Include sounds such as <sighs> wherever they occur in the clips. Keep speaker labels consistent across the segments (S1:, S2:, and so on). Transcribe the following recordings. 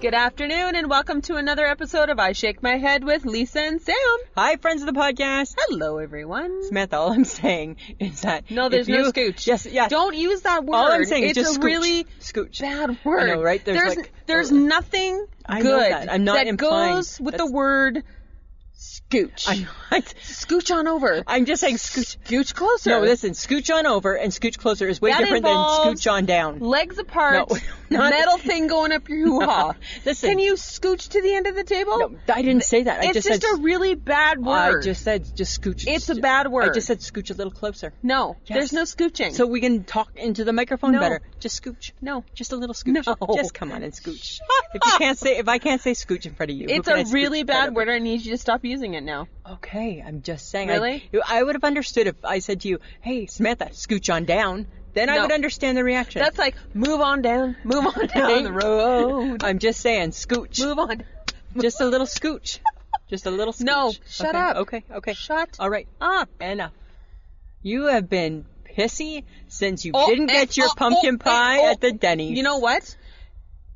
S1: Good afternoon, and welcome to another episode of I Shake My Head with Lisa and Sam.
S2: Hi, friends of the podcast.
S1: Hello, everyone.
S2: Smith, all I'm saying is that
S1: No, there's
S2: if
S1: no
S2: you-
S1: scooch.
S2: Yes, yeah.
S1: Don't use that word.
S2: All I'm saying
S1: it's
S2: is just
S1: a
S2: scooch.
S1: really
S2: scooch.
S1: bad word.
S2: I know, right?
S1: There's
S2: There's
S1: there's,
S2: like-
S1: nothing
S2: I know
S1: good
S2: that. I'm not implying-
S1: goes with
S2: that's-
S1: the word scooch.
S2: <laughs> I,
S1: Scooch on over.
S2: I'm just saying scooch.
S1: Scooch closer.
S2: No, listen. Scooch on over and scooch closer is way
S1: That
S2: different
S1: involves-
S2: than scooch on down.
S1: Legs apart,
S2: No, <laughs> not-
S1: metal thing going up your hoo ha.
S2: <laughs> Listen.
S1: Can you scooch to the end of the table?
S2: No, I didn't say that. I
S1: it's
S2: just,
S1: just,
S2: said.
S1: a really bad
S2: I
S1: word.
S2: just said just scooch.
S1: It's a bad word.
S2: I just said scooch a little closer.
S1: no. There's no scooching.
S2: So we can talk into the microphone
S1: No.
S2: better. Just scooch.
S1: no.
S2: Just a little scooch.
S1: No.
S2: Just come on and scooch. if you can't say, if I can't say scooch in front of you, who
S1: It's
S2: can I
S1: a
S2: scooch
S1: really
S2: in front
S1: bad
S2: of?
S1: word. I need you to stop using it now.
S2: Okay, I'm just saying.
S1: Really?
S2: I, I would have understood if I said to you, "Hey, Samantha, scooch on down." Then I
S1: No.
S2: would understand the reaction.
S1: That's like move on down, move
S2: <laughs>
S1: on down the road,
S2: I'm just saying, scooch.
S1: move on.
S2: Just a little scooch. Just a little
S1: <laughs>
S2: scooch.
S1: No, shut
S2: Okay,
S1: up.
S2: Okay, okay.
S1: Shut
S2: All right,
S1: up.
S2: enough. You have been pissy since you
S1: Oh,
S2: didn't
S1: eh,
S2: get your
S1: oh, oh,
S2: pumpkin
S1: eh,
S2: pie
S1: oh.
S2: at the Denny's.
S1: You know what?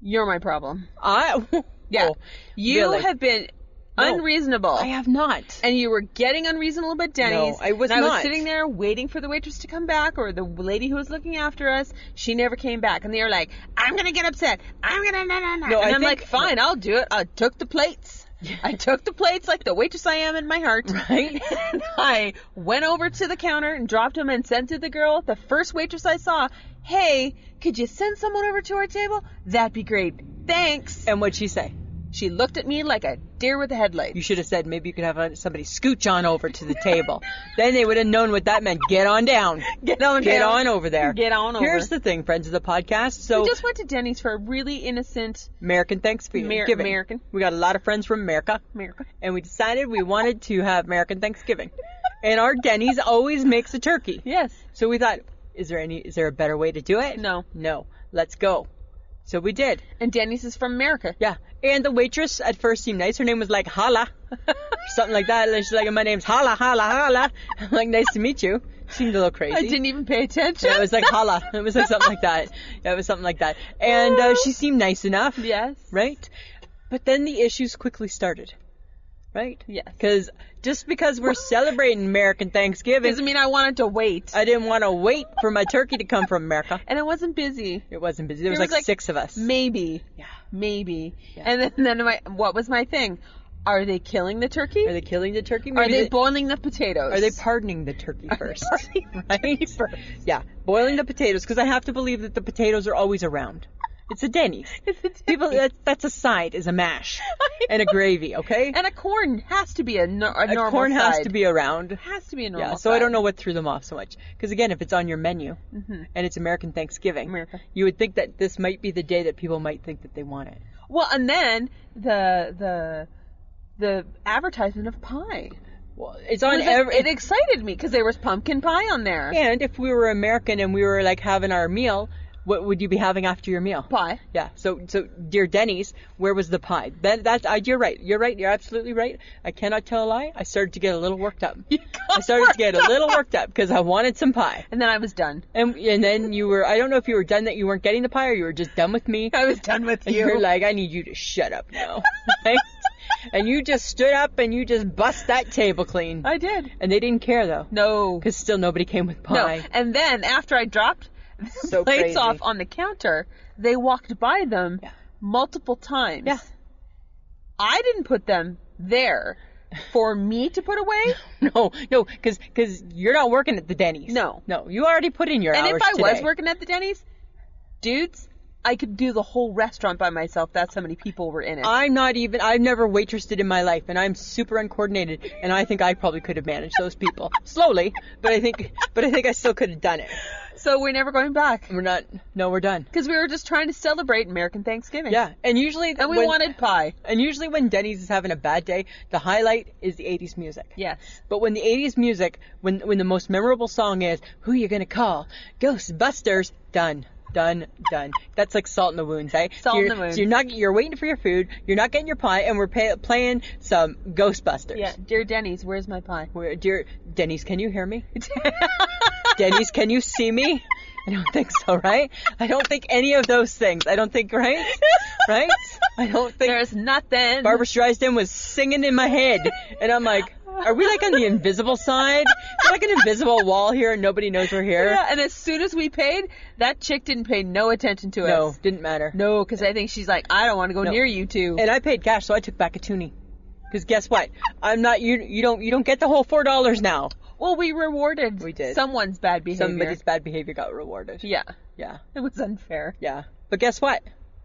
S1: You're my problem.
S2: I.
S1: <laughs> Yeah.
S2: Oh,
S1: you
S2: really?
S1: have been
S2: No,
S1: unreasonable.
S2: I have not.
S1: and you were getting unreasonable at Denny's.
S2: No, I was
S1: and I was
S2: not.
S1: sitting there waiting for the waitress to come back or the lady who was looking after us. She never came back. And they were like, I'm going to get upset. I'm going to, no, no, no.
S2: No,
S1: and
S2: I
S1: I'm
S2: think-
S1: like, fine, I'll do it. I took the plates. I took the plates like the waitress I am in my heart.
S2: <laughs> Right?
S1: <laughs> And I went over to the counter and dropped them and sent to the girl, the first waitress I saw, hey, could you send someone over to our table? That'd be great. Thanks.
S2: And what'd she say?
S1: She looked at me like a deer with a headlight.
S2: You should have said maybe you could have uh, somebody scooch on over to the table. then they would have known what that meant. Get on down.
S1: Get on
S2: Get
S1: down.
S2: on over there.
S1: Get on over.
S2: Here's the thing, friends of the podcast. So
S1: we just went to Denny's for a really innocent
S2: American Thanksgiving.
S1: Mer- American.
S2: We got a lot of friends from America,
S1: America.
S2: and we decided we wanted to have American Thanksgiving. And our Denny's always makes a turkey.
S1: Yes.
S2: So we thought, is there any? Is there a better way to do it?
S1: No.
S2: No. Let's go. So we did.
S1: And Denny's is from America. <laughs>
S2: Yeah. And the waitress at first seemed nice. Her name was like Hala, something like that. And she's like, my name's Hala, Hala, Hala. <laughs> I'm like, nice to meet you. Seemed a little crazy.
S1: I didn't even pay attention.
S2: Yeah, it
S1: <laughs>
S2: was like Hala. It was like something like that. Yeah, it was something like that. And uh, she seemed nice enough.
S1: Yes.
S2: Right? But then the issues quickly started. Right?
S1: Yes.
S2: Because just because we're celebrating American Thanksgiving,
S1: Doesn't mean I wanted to wait.
S2: I didn't want to wait for my turkey to come from America.
S1: and it wasn't busy.
S2: It wasn't busy. There was,
S1: was,
S2: like,
S1: like,
S2: six of us.
S1: Maybe.
S2: yeah.
S1: Maybe.
S2: Yeah.
S1: And then, then my, what was my thing? Are they killing the turkey?
S2: Are they killing the turkey?
S1: Are
S2: Maybe
S1: they
S2: they-
S1: boiling the potatoes?
S2: Are
S1: <laughs>
S2: they pardoning the turkey first?
S1: pardoning the
S2: <laughs> right? Yeah, boiling the potatoes because I have to believe that the potatoes are always around. It's a Denny's.
S1: It's a <laughs>
S2: People,
S1: Denny's.
S2: that's that's a side is a mash
S1: I
S2: <laughs> and a
S1: know.
S2: gravy. Okay,
S1: And a corn has to be a, no, a,
S2: a
S1: normal
S2: corn has
S1: side.
S2: to be around.
S1: has to be a normal.
S2: Yeah, so
S1: side.
S2: I
S1: Mm-hmm.
S2: don't know what threw them off so much. Because again, if it's on your menu and it's American Thanksgiving,
S1: America.
S2: you would think that this might be the day that people might think that they want it.
S1: Well, and then the the the advertisement of pie.
S2: Well, it's on
S1: Was it,
S2: every.
S1: it excited me because there was pumpkin pie on there.
S2: and if we were American and we were like having our meal, what would you be having after your meal?
S1: Pie.
S2: Yeah. So, so dear Denny's, where was the pie? That, that, I, you're right. You're right. You're absolutely right. I cannot tell a lie. I started to get a little
S1: <laughs>
S2: worked up. <laughs> I started to get a little worked up because I wanted some pie.
S1: And then I was done.
S2: And and then you were. I don't know if you were done that you weren't getting the pie or you were just done with me.
S1: I was done with
S2: And
S1: you.
S2: You're like, I need you to shut up
S1: <laughs>
S2: now. <laughs> Right? and you just stood up and you just bust that table clean.
S1: I did.
S2: And they didn't care though,
S1: No.
S2: because still nobody came with pie.
S1: No. And then after I dropped the
S2: So
S1: plates
S2: crazy.
S1: off on the counter, they walked by them
S2: Yeah.
S1: multiple times.
S2: Yeah.
S1: I didn't put them there for me to put away.
S2: <laughs> No, no, because because you're not working at the Denny's.
S1: No.
S2: no, you already put in your
S1: and
S2: hours
S1: if I was
S2: today.
S1: working at the Denny's, dudes, I could do the whole restaurant by myself. That's how many people were in it.
S2: I'm not even. I've never waitressed in my life, and I'm super uncoordinated. And I think I probably could have managed those <laughs> people slowly, but I think, but I think I still could have done it.
S1: so we're never going back
S2: We're not. No, we're done.
S1: because we were just trying to celebrate American Thanksgiving.
S2: Yeah, and usually
S1: And we
S2: when-
S1: wanted pie.
S2: And usually when Denny's is having a bad day, the highlight is the 80s music.
S1: Yes.
S2: But when the 80s music, when when the most memorable song is "Who You Gonna Call," Ghostbusters, done, done, done. That's like salt in the wounds, eh?
S1: Salt in
S2: you're,
S1: the wounds.
S2: So you're not you're waiting for your food, you're not getting your pie, and we're pay, playing some Ghostbusters. <laughs>
S1: Yeah. Dear Denny's, where's my pie? <laughs>
S2: Where, dear Denny's, can you hear me? Denny's, can you see me? I don't think so, right? I don't think any of those things. I don't
S1: <laughs>
S2: think, right? Right? I don't think
S1: There's nothing.
S2: Barbara Streisand was singing in my head, and I'm like, are we like on the invisible side? It's like an invisible wall here, and nobody knows we're here.
S1: Yeah, and as soon as we paid, that chick didn't pay no attention to
S2: No,
S1: us.
S2: didn't matter.
S1: No, because I think she's like, I don't want to go
S2: No.
S1: near you two.
S2: And I paid cash, so I took back a toonie. Because guess what? I'm not you. You don't. You don't get the whole four dollars now.
S1: well, we rewarded
S2: We did.
S1: someone's bad behavior.
S2: Somebody's bad behavior got rewarded.
S1: yeah,
S2: Yeah.
S1: it was unfair.
S2: Yeah. But guess what?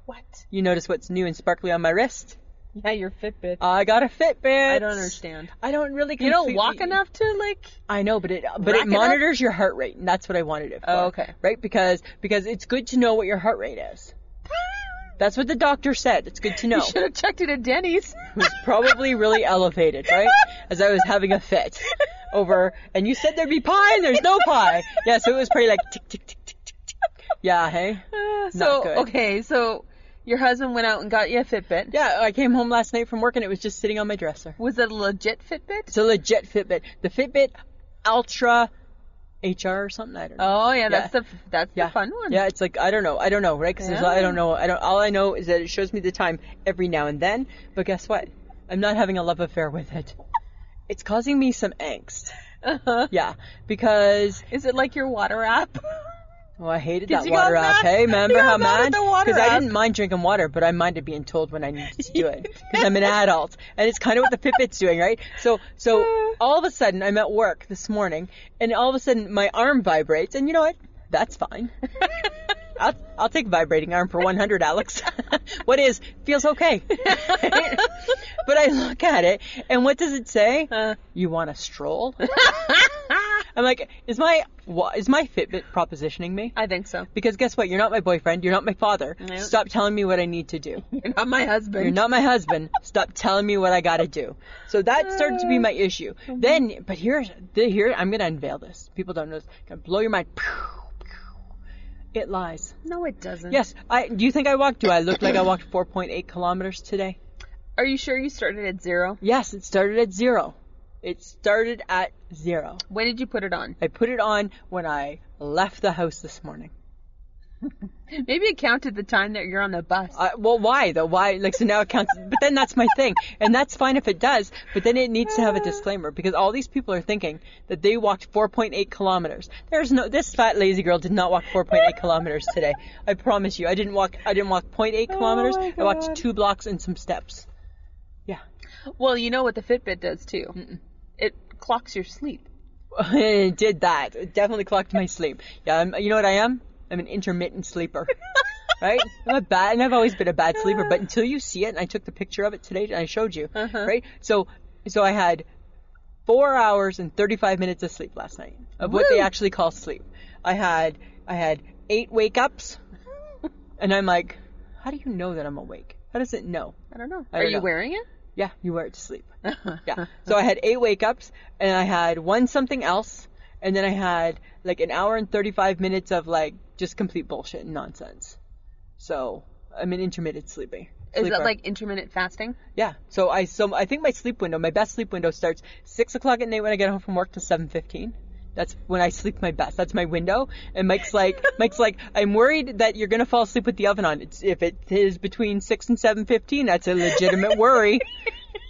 S1: What?
S2: You notice what's new and sparkly on my wrist?
S1: Yeah, your Fitbit.
S2: I got a Fitbit.
S1: I don't understand.
S2: I don't really.
S1: You don't walk
S2: completely-
S1: enough to like.
S2: <laughs> I know, but it uh, but
S1: Rack it
S2: it
S1: up?
S2: monitors your heart rate, and that's what I wanted it for.
S1: Oh, okay.
S2: Right? Because because it's good to know what your heart rate is. That's what the doctor said. It's good to
S1: <laughs>
S2: know.
S1: You should have checked it at Denny's.
S2: <laughs> It was probably
S1: <laughs>
S2: really elevated, right? As I was having a fit over, and you said there'd be pie, and there's no pie. Yeah, so it was pretty like tick tick tick tick tick tick. Yeah, hey.
S1: Uh,
S2: Not
S1: so
S2: good.
S1: okay, so your husband went out and got you a Fitbit.
S2: Yeah, I came home last night from work, and it was just sitting on my dresser.
S1: Was it a legit Fitbit?
S2: It's a legit Fitbit. The Fitbit Ultra HR or something. I don't know.
S1: Oh yeah, that's
S2: Yeah.
S1: the that's the fun one.
S2: Yeah, it's like I don't know, I don't know, right? Because I don't
S1: Yeah.
S2: know, I don't. All I know is that it shows me the time every now and then. But guess what? I'm not having a love affair with it. It's causing me some angst.
S1: <laughs> Uh-huh.
S2: Yeah, because
S1: Is it like your water
S2: <laughs>
S1: app? <laughs>
S2: oh, I hated
S1: 'Cause
S2: that
S1: you got
S2: water app.
S1: mad-
S2: Hey,
S1: you
S2: remember
S1: got
S2: how
S1: mad at
S2: mad?
S1: the water
S2: I
S1: app.
S2: didn't mind drinking water, but I minded being told when I needed to do it
S1: <laughs>
S2: because I'm an adult, and it's kind of what the Fitbit's doing, right? So,
S1: <sighs>
S2: so all of a sudden, I'm at work this morning, and all of a sudden, my arm vibrates, and you know what? That's fine. I'll, I'll take vibrating arm for 100, Alex. <laughs> what is? Feels okay. but I look at it, and what does it say?
S1: Uh. <laughs>
S2: you want to stroll? I'm like, is my wa- is my Fitbit propositioning me?
S1: I think so.
S2: Because guess what? You're not my boyfriend. You're not my father.
S1: Nope.
S2: Stop telling me what I need to do.
S1: You're not my husband.
S2: You're not my husband. Stop telling me what I gotta do. So that started to be my issue. Then, but here's the, here I'm gonna unveil this. People don't know this. Gonna blow your mind. It lies.
S1: No, it doesn't.
S2: Yes. I do you think I walked? Do I look like I walked 4.8 kilometers today?
S1: Are you sure you started at zero?
S2: Yes. It started at zero. It started at zero.
S1: When did you put it on?
S2: I put it on when I left the house this morning.
S1: Maybe it counted the time that you're on the bus.
S2: I, well, why though? Why? Like, so now it counts. But then that's my thing, and that's fine if it does. But then it needs to have a disclaimer because all these people are thinking that they walked 4.8 kilometers. There's no. This fat lazy girl did not walk 4.8 kilometers today. I promise you, I didn't walk. I didn't walk 0.8 kilometers.
S1: Oh my
S2: I walked
S1: God.
S2: two blocks and some steps. Yeah,
S1: well, you know what the Fitbit does too. It clocks your
S2: <laughs>
S1: sleep.
S2: it did that. It definitely clocked my sleep. Yeah, I'm, you know what I am? I'm an intermittent sleeper. <laughs> right? I'm a bad, and I've always been a bad sleeper. But until you see it, and I took the picture of it today, and I showed you, right? So, so I had four hours and 35 minutes of sleep last night of what they
S1: Woo!
S2: actually call sleep. I had, I had eight wake ups, and I'm like, how do you know that I'm awake? How does it know?
S1: I don't know.
S2: I
S1: Are
S2: don't
S1: you
S2: know.
S1: wearing it?
S2: Yeah, you wear it to <laughs> sleep.
S1: Uh-huh.
S2: yeah. So I had eight wake ups and I had one something else and then I had like an hour and 35 minutes of like just complete bullshit and nonsense. So I'm an intermittent sleeping.
S1: Is that like intermittent fasting?
S2: yeah? So I so I think my sleep window, my best sleep window starts six o'clock at night when I get home from work to seven fifteen. That's when I sleep my best. That's my window. And
S1: <laughs>
S2: Mike's like, Mike's like, I'm worried that you're gonna fall asleep with the oven on. It's, if it is between six and seven fifteen, that's a legitimate worry. <laughs>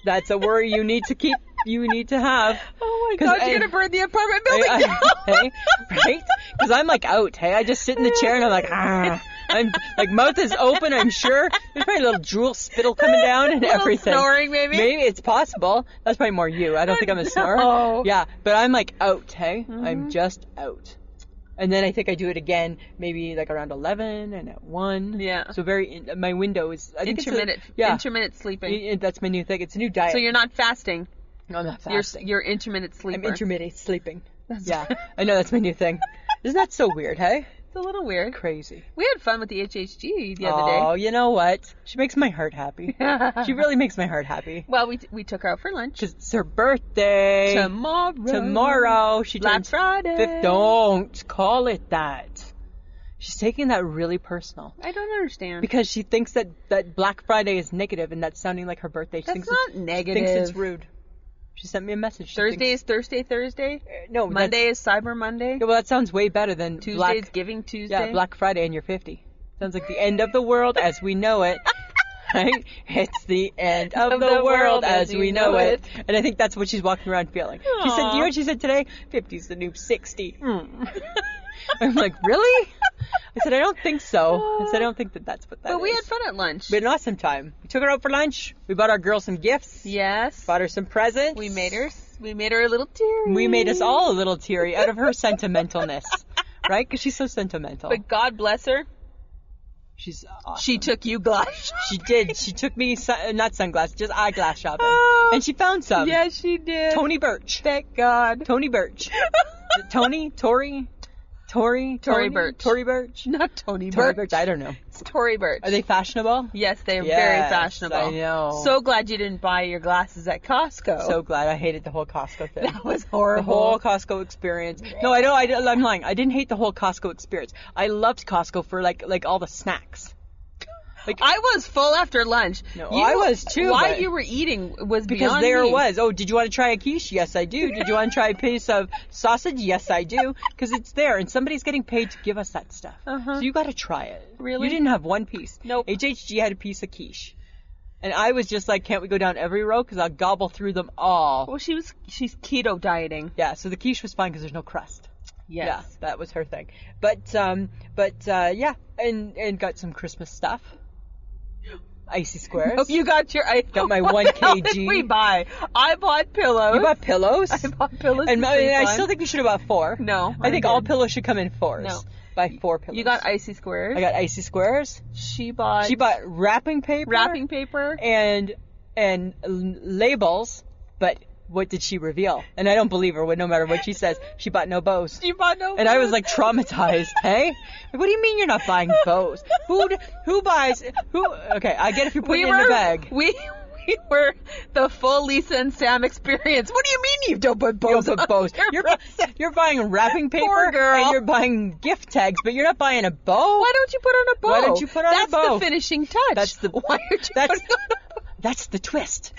S2: That's a worry you need to keep. You need to have.
S1: <laughs> Oh
S2: my God,
S1: you're
S2: I-
S1: gonna burn the apartment building
S2: I-
S1: down.
S2: I- hey, <laughs> right? Because I'm like out. Hey, I just sit in the chair and I'm like, ah. I'm like mouth is open. I'm sure there's probably a little drool
S1: <laughs>
S2: spittle coming down and
S1: Little
S2: everything.
S1: Snoring maybe.
S2: Maybe it's possible. That's probably more you. I don't think I'm
S1: <laughs>
S2: a snorer.
S1: No.
S2: Yeah, but I'm like out. Hey,
S1: Mm-hmm.
S2: I'm just out. And then I think I do it again, maybe like around eleven and at one.
S1: Yeah.
S2: So very in, my window is I think it's a-
S1: Intermittent.
S2: yeah.
S1: Intermittent sleeping.
S2: I- I- that's my new thing. It's a new diet.
S1: so you're not fasting.
S2: no, I'm not
S1: You're
S2: fasting.
S1: you're intermittent sleeper.
S2: I'm intermittent sleeping.
S1: <laughs>
S2: yeah, I know that's my new thing. Isn't that so weird? Hey,
S1: It's a little weird.
S2: crazy.
S1: We had fun with the HHG the other
S2: Oh, you know what? She makes my heart happy.
S1: day.
S2: she <laughs> really makes my heart happy.
S1: <laughs> well, we, t- we took her out for lunch.
S2: Cause it's her birthday
S1: tomorrow.
S2: Tomorrow, she
S1: Black
S2: turns
S1: Friday.
S2: Fif- don't call it that. She's taking that really personal
S1: I don't understand.
S2: because she thinks that, that Black Friday is negative and that's sounding like her birthday. She
S1: That's
S2: thinks
S1: not
S2: It's, thinks
S1: negative.
S2: it's rude. She sent me a message. She
S1: Thursday
S2: thinks-
S1: is Thursday, Thursday.
S2: no, that's-
S1: Monday is Cyber Monday.
S2: Yeah, well, that sounds way better than
S1: Tuesday
S2: Black.
S1: is Giving Tuesday.
S2: yeah, Black Friday, and you're 50. Sounds like the end of the world as we
S1: <laughs>
S2: know it. Right? It's the end of, the, world as we know it. and I think that's what she's walking around feeling. She said, "You know
S1: Aw.
S2: what she said today? 50's the new
S1: <laughs>
S2: 60."
S1: Hmm.
S2: <laughs> I'm like, really? I said, I don't think so. I said, I don't think that that's what that is.
S1: but we had fun at lunch.
S2: We had an awesome time. We took her out for lunch. We bought our girl some gifts.
S1: yes.
S2: Bought her some presents.
S1: We made her. We made her a little tear.
S2: We made us all a little teary out of
S1: <laughs>
S2: her sentimentalness, right? Because she's so sentimental.
S1: But God bless her.
S2: she's awesome.
S1: She took you glass.
S2: <laughs>
S1: <laughs>
S2: She did. She took me sun- not sunglasses, just eyeglass shopping,
S1: Oh.
S2: and she found some.
S1: yes, she did.
S2: Tony Birch.
S1: Thank God.
S2: Tony Birch. Tony. Tori. Tori. Tony?
S1: Birch.
S2: Tori
S1: <laughs>
S2: Birch.
S1: Not Tony
S2: Tori
S1: Birch.
S2: Birch. I don't know.
S1: It's Tory Birch.
S2: Are they fashionable?
S1: Yes, they are
S2: Yes,
S1: very fashionable.
S2: I know.
S1: So glad you didn't buy your glasses at Costco.
S2: Oh. So glad I hated the whole Costco thing.
S1: that was
S2: the whole
S1: horrible.
S2: Costco experience. No, I don't. I, am lying. I didn't hate the whole Costco experience. I loved Costco for like like all the snacks.
S1: I was full after lunch.
S2: No, I was too,
S1: Why
S2: but-
S1: you were eating was
S2: Because
S1: beyond
S2: there
S1: me.
S2: it was. Oh, did you want to try a quiche? Yes, I do. Did you want to try a piece of sausage? Yes, I do. Because it's there, and somebody's getting paid to give us that stuff.
S1: Uh-huh.
S2: So you got to try it.
S1: Really?
S2: You didn't have one piece.
S1: Nope.
S2: HHG had a piece of quiche, and I was just like, can't we go down every row? Because I'll gobble through them all.
S1: Well, she was. She's keto dieting.
S2: Yeah. So the quiche was fine because there's no crust.
S1: Yes.
S2: Yeah, that was her thing. But um, but uh, yeah, and and got some Christmas stuff. <gasps> Icy squares.
S1: Hope you got your. I <laughs>
S2: Got my
S1: what
S2: 1
S1: the hell
S2: kg.
S1: Did we buy. I bought pillows.
S2: You bought pillows.
S1: <laughs> I bought pillows.
S2: and
S1: to
S2: I,
S1: sleep
S2: I
S1: on.
S2: still think we should have bought four.
S1: No,
S2: I, think
S1: did.
S2: all pillows should come in fours.
S1: No.
S2: By four pillows.
S1: You got icy squares.
S2: I got icy squares.
S1: She bought.
S2: She bought wrapping paper.
S1: wrapping paper.
S2: and and l- labels, but what did she reveal? And I don't believe her. No matter what she says, she bought no bows.
S1: She bought no.
S2: And I was
S1: food.
S2: like traumatized, <laughs> hey? Like, what do you mean you're not buying bows? Who d- who buys who okay, I get if you put
S1: we
S2: it
S1: were,
S2: in the bag.
S1: <laughs> We we were the full Lisa and Sam experience. What do you mean you don't put
S2: You
S1: bows?
S2: don't put
S1: on
S2: bows.
S1: your
S2: You're,
S1: bra-
S2: you're buying wrapping paper
S1: girl.
S2: and you're buying gift tags, but you're not buying a bow.
S1: Why don't you put on a bow?
S2: Why don't you put on a
S1: That's
S2: bow?
S1: the finishing touch.
S2: That's the-
S1: why are you
S2: that's-
S1: putting on a bow?
S2: That's the twist.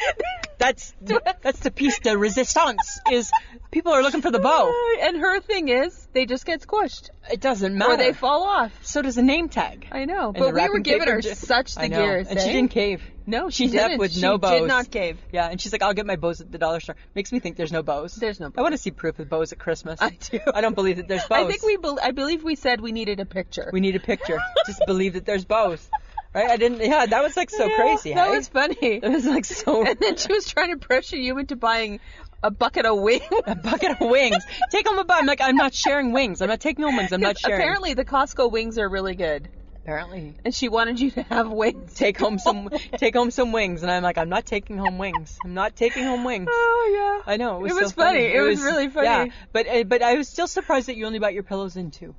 S2: That's the, that's the piece de resistance is people are looking for <laughs> the bow.
S1: And her thing is, they just get squished
S2: It doesn't matter.
S1: or they fall off.
S2: so does a name tag.
S1: I know,
S2: And the
S1: but we were
S2: wrapping
S1: giving
S2: paper
S1: her
S2: ju-
S1: such
S2: I
S1: the
S2: know.
S1: gears,
S2: and she
S1: eh?
S2: didn't cave.
S1: No, she
S2: She left
S1: didn't.
S2: with
S1: she
S2: no bows.
S1: did not cave.
S2: Yeah, and she's like, I'll get my bows at the dollar store. Makes me think there's no bows.
S1: There's no
S2: I want to see proof of bows at Christmas.
S1: I do.
S2: I don't believe that there's bows.
S1: I think we, bel I believe we said we needed a picture.
S2: We need
S1: <laughs>
S2: a picture. Just believe that there's bows. Right? I didn't. Yeah, that was like
S1: <laughs>
S2: so
S1: Yeah,
S2: crazy.
S1: That
S2: hey?
S1: was
S2: <laughs>
S1: funny.
S2: It was like so.
S1: And then she was trying to pressure you into buying a bucket of wings.
S2: a bucket of wings.
S1: <laughs>
S2: Take home a bun. I'm like, I'm not sharing wings. I'm not taking home wings. I'm not sharing.
S1: Apparently, the Costco wings are really good,
S2: apparently.
S1: and she wanted you to have wings.
S2: Take home some. take home some wings. And I'm like, I'm not taking home wings. I'm not taking home wings.
S1: Oh yeah.
S2: I know it was.
S1: It
S2: so
S1: was funny. It was really funny.
S2: Yeah, but uh, but I was still surprised that you only bought your pillows in two.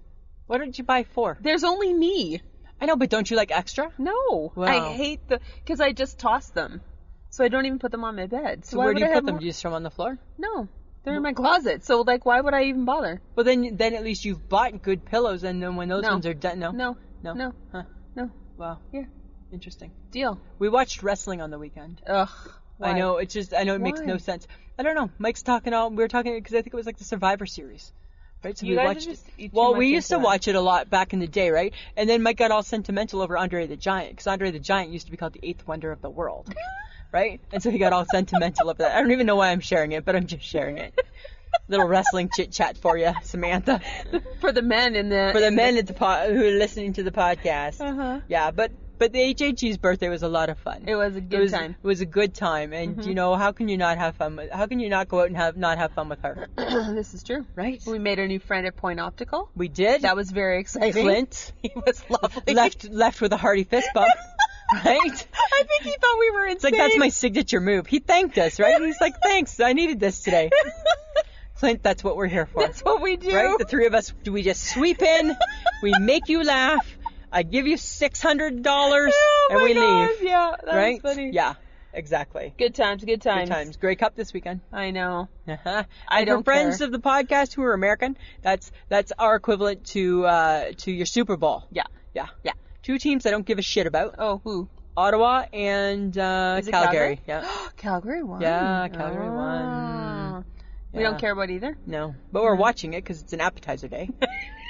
S2: Why don't you buy four?
S1: There's only me.
S2: I know, but don't you like extra?
S1: No,
S2: Wow.
S1: I hate the because I just toss them, so I don't even put them on my bed. So,
S2: So
S1: why
S2: where
S1: would
S2: do you
S1: I
S2: put
S1: have
S2: them?
S1: more-
S2: Do you just throw them on the floor?
S1: No, they're in my closet. So like, why would I even bother?
S2: Well, then then at least you've bought good pillows, and then when those
S1: No.
S2: ones are done, no,
S1: No,
S2: no,
S1: no,
S2: Huh.
S1: no.
S2: Wow,
S1: Yeah,
S2: interesting.
S1: deal.
S2: We watched wrestling on the weekend.
S1: Ugh.
S2: I
S1: why?
S2: know it's just I know it makes no
S1: Why?
S2: sense. I don't know. Mike's talking all we were talking because I think it was like the Survivor series. Right? So
S1: You
S2: we
S1: guys are
S2: watched
S1: just- you're
S2: it.
S1: too
S2: Well,
S1: much
S2: we used to
S1: into it.
S2: watch it a lot back in the day, right? And then Mike got all sentimental over Andre the Giant because Andre the Giant used to be called the eighth wonder of the world. Right? And so he got all sentimental over that. I don't even know why I'm sharing it, but I'm just sharing it. Little wrestling chit chat for you, Samantha.
S1: <laughs> For the men in the
S2: For the men at the po- who are listening to the
S1: <laughs>
S2: podcast.
S1: Uh-huh.
S2: Yeah, but but the HHG's birthday was a lot of fun.
S1: It was a
S2: It
S1: good
S2: was,
S1: time. <clears throat> Mm-hmm.
S2: it was a good time, and you know how can you not have fun? With, how can you not go out and have not have fun with her?
S1: this is true.
S2: Right.
S1: We made a new friend at Point
S2: <laughs>
S1: Optical.
S2: We did.
S1: That was very exciting.
S2: Clint <laughs>
S1: He was lovely.
S2: left left with a hearty fist bump, <laughs>
S1: <laughs>
S2: right?
S1: I think he thought we were insane.
S2: It's like that's my signature move. He thanked us, right? He's like, thanks, I needed this
S1: <laughs>
S2: today. Clint, that's <laughs> what we're here for,
S1: That's what we do.
S2: right?
S1: <laughs>
S2: The three of us, we just sweep in, we make you laugh. I give you six hundred dollars,
S1: <laughs> Oh
S2: and
S1: my
S2: we
S1: gosh,
S2: leave,
S1: Yeah, that
S2: right?
S1: was funny.
S2: Yeah, exactly.
S1: Good times, good times.
S2: Good times. Grey Cup this weekend.
S1: I know.
S2: Uh-huh.
S1: I
S2: And for
S1: don't
S2: friends
S1: care.
S2: of the podcast who are American, that's that's our equivalent to uh, to your Super Bowl.
S1: Yeah.
S2: Yeah.
S1: Yeah.
S2: Two teams I don't give a shit about.
S1: Oh, who?
S2: Ottawa and uh,
S1: Is it
S2: Calgary. Yeah.
S1: <gasps> Calgary won.
S2: Yeah, Calgary won.
S1: Ah. We
S2: Yeah.
S1: don't care Mm-hmm. about either.
S2: No, but we're watching it because it's an appetizer
S1: <laughs>
S2: day.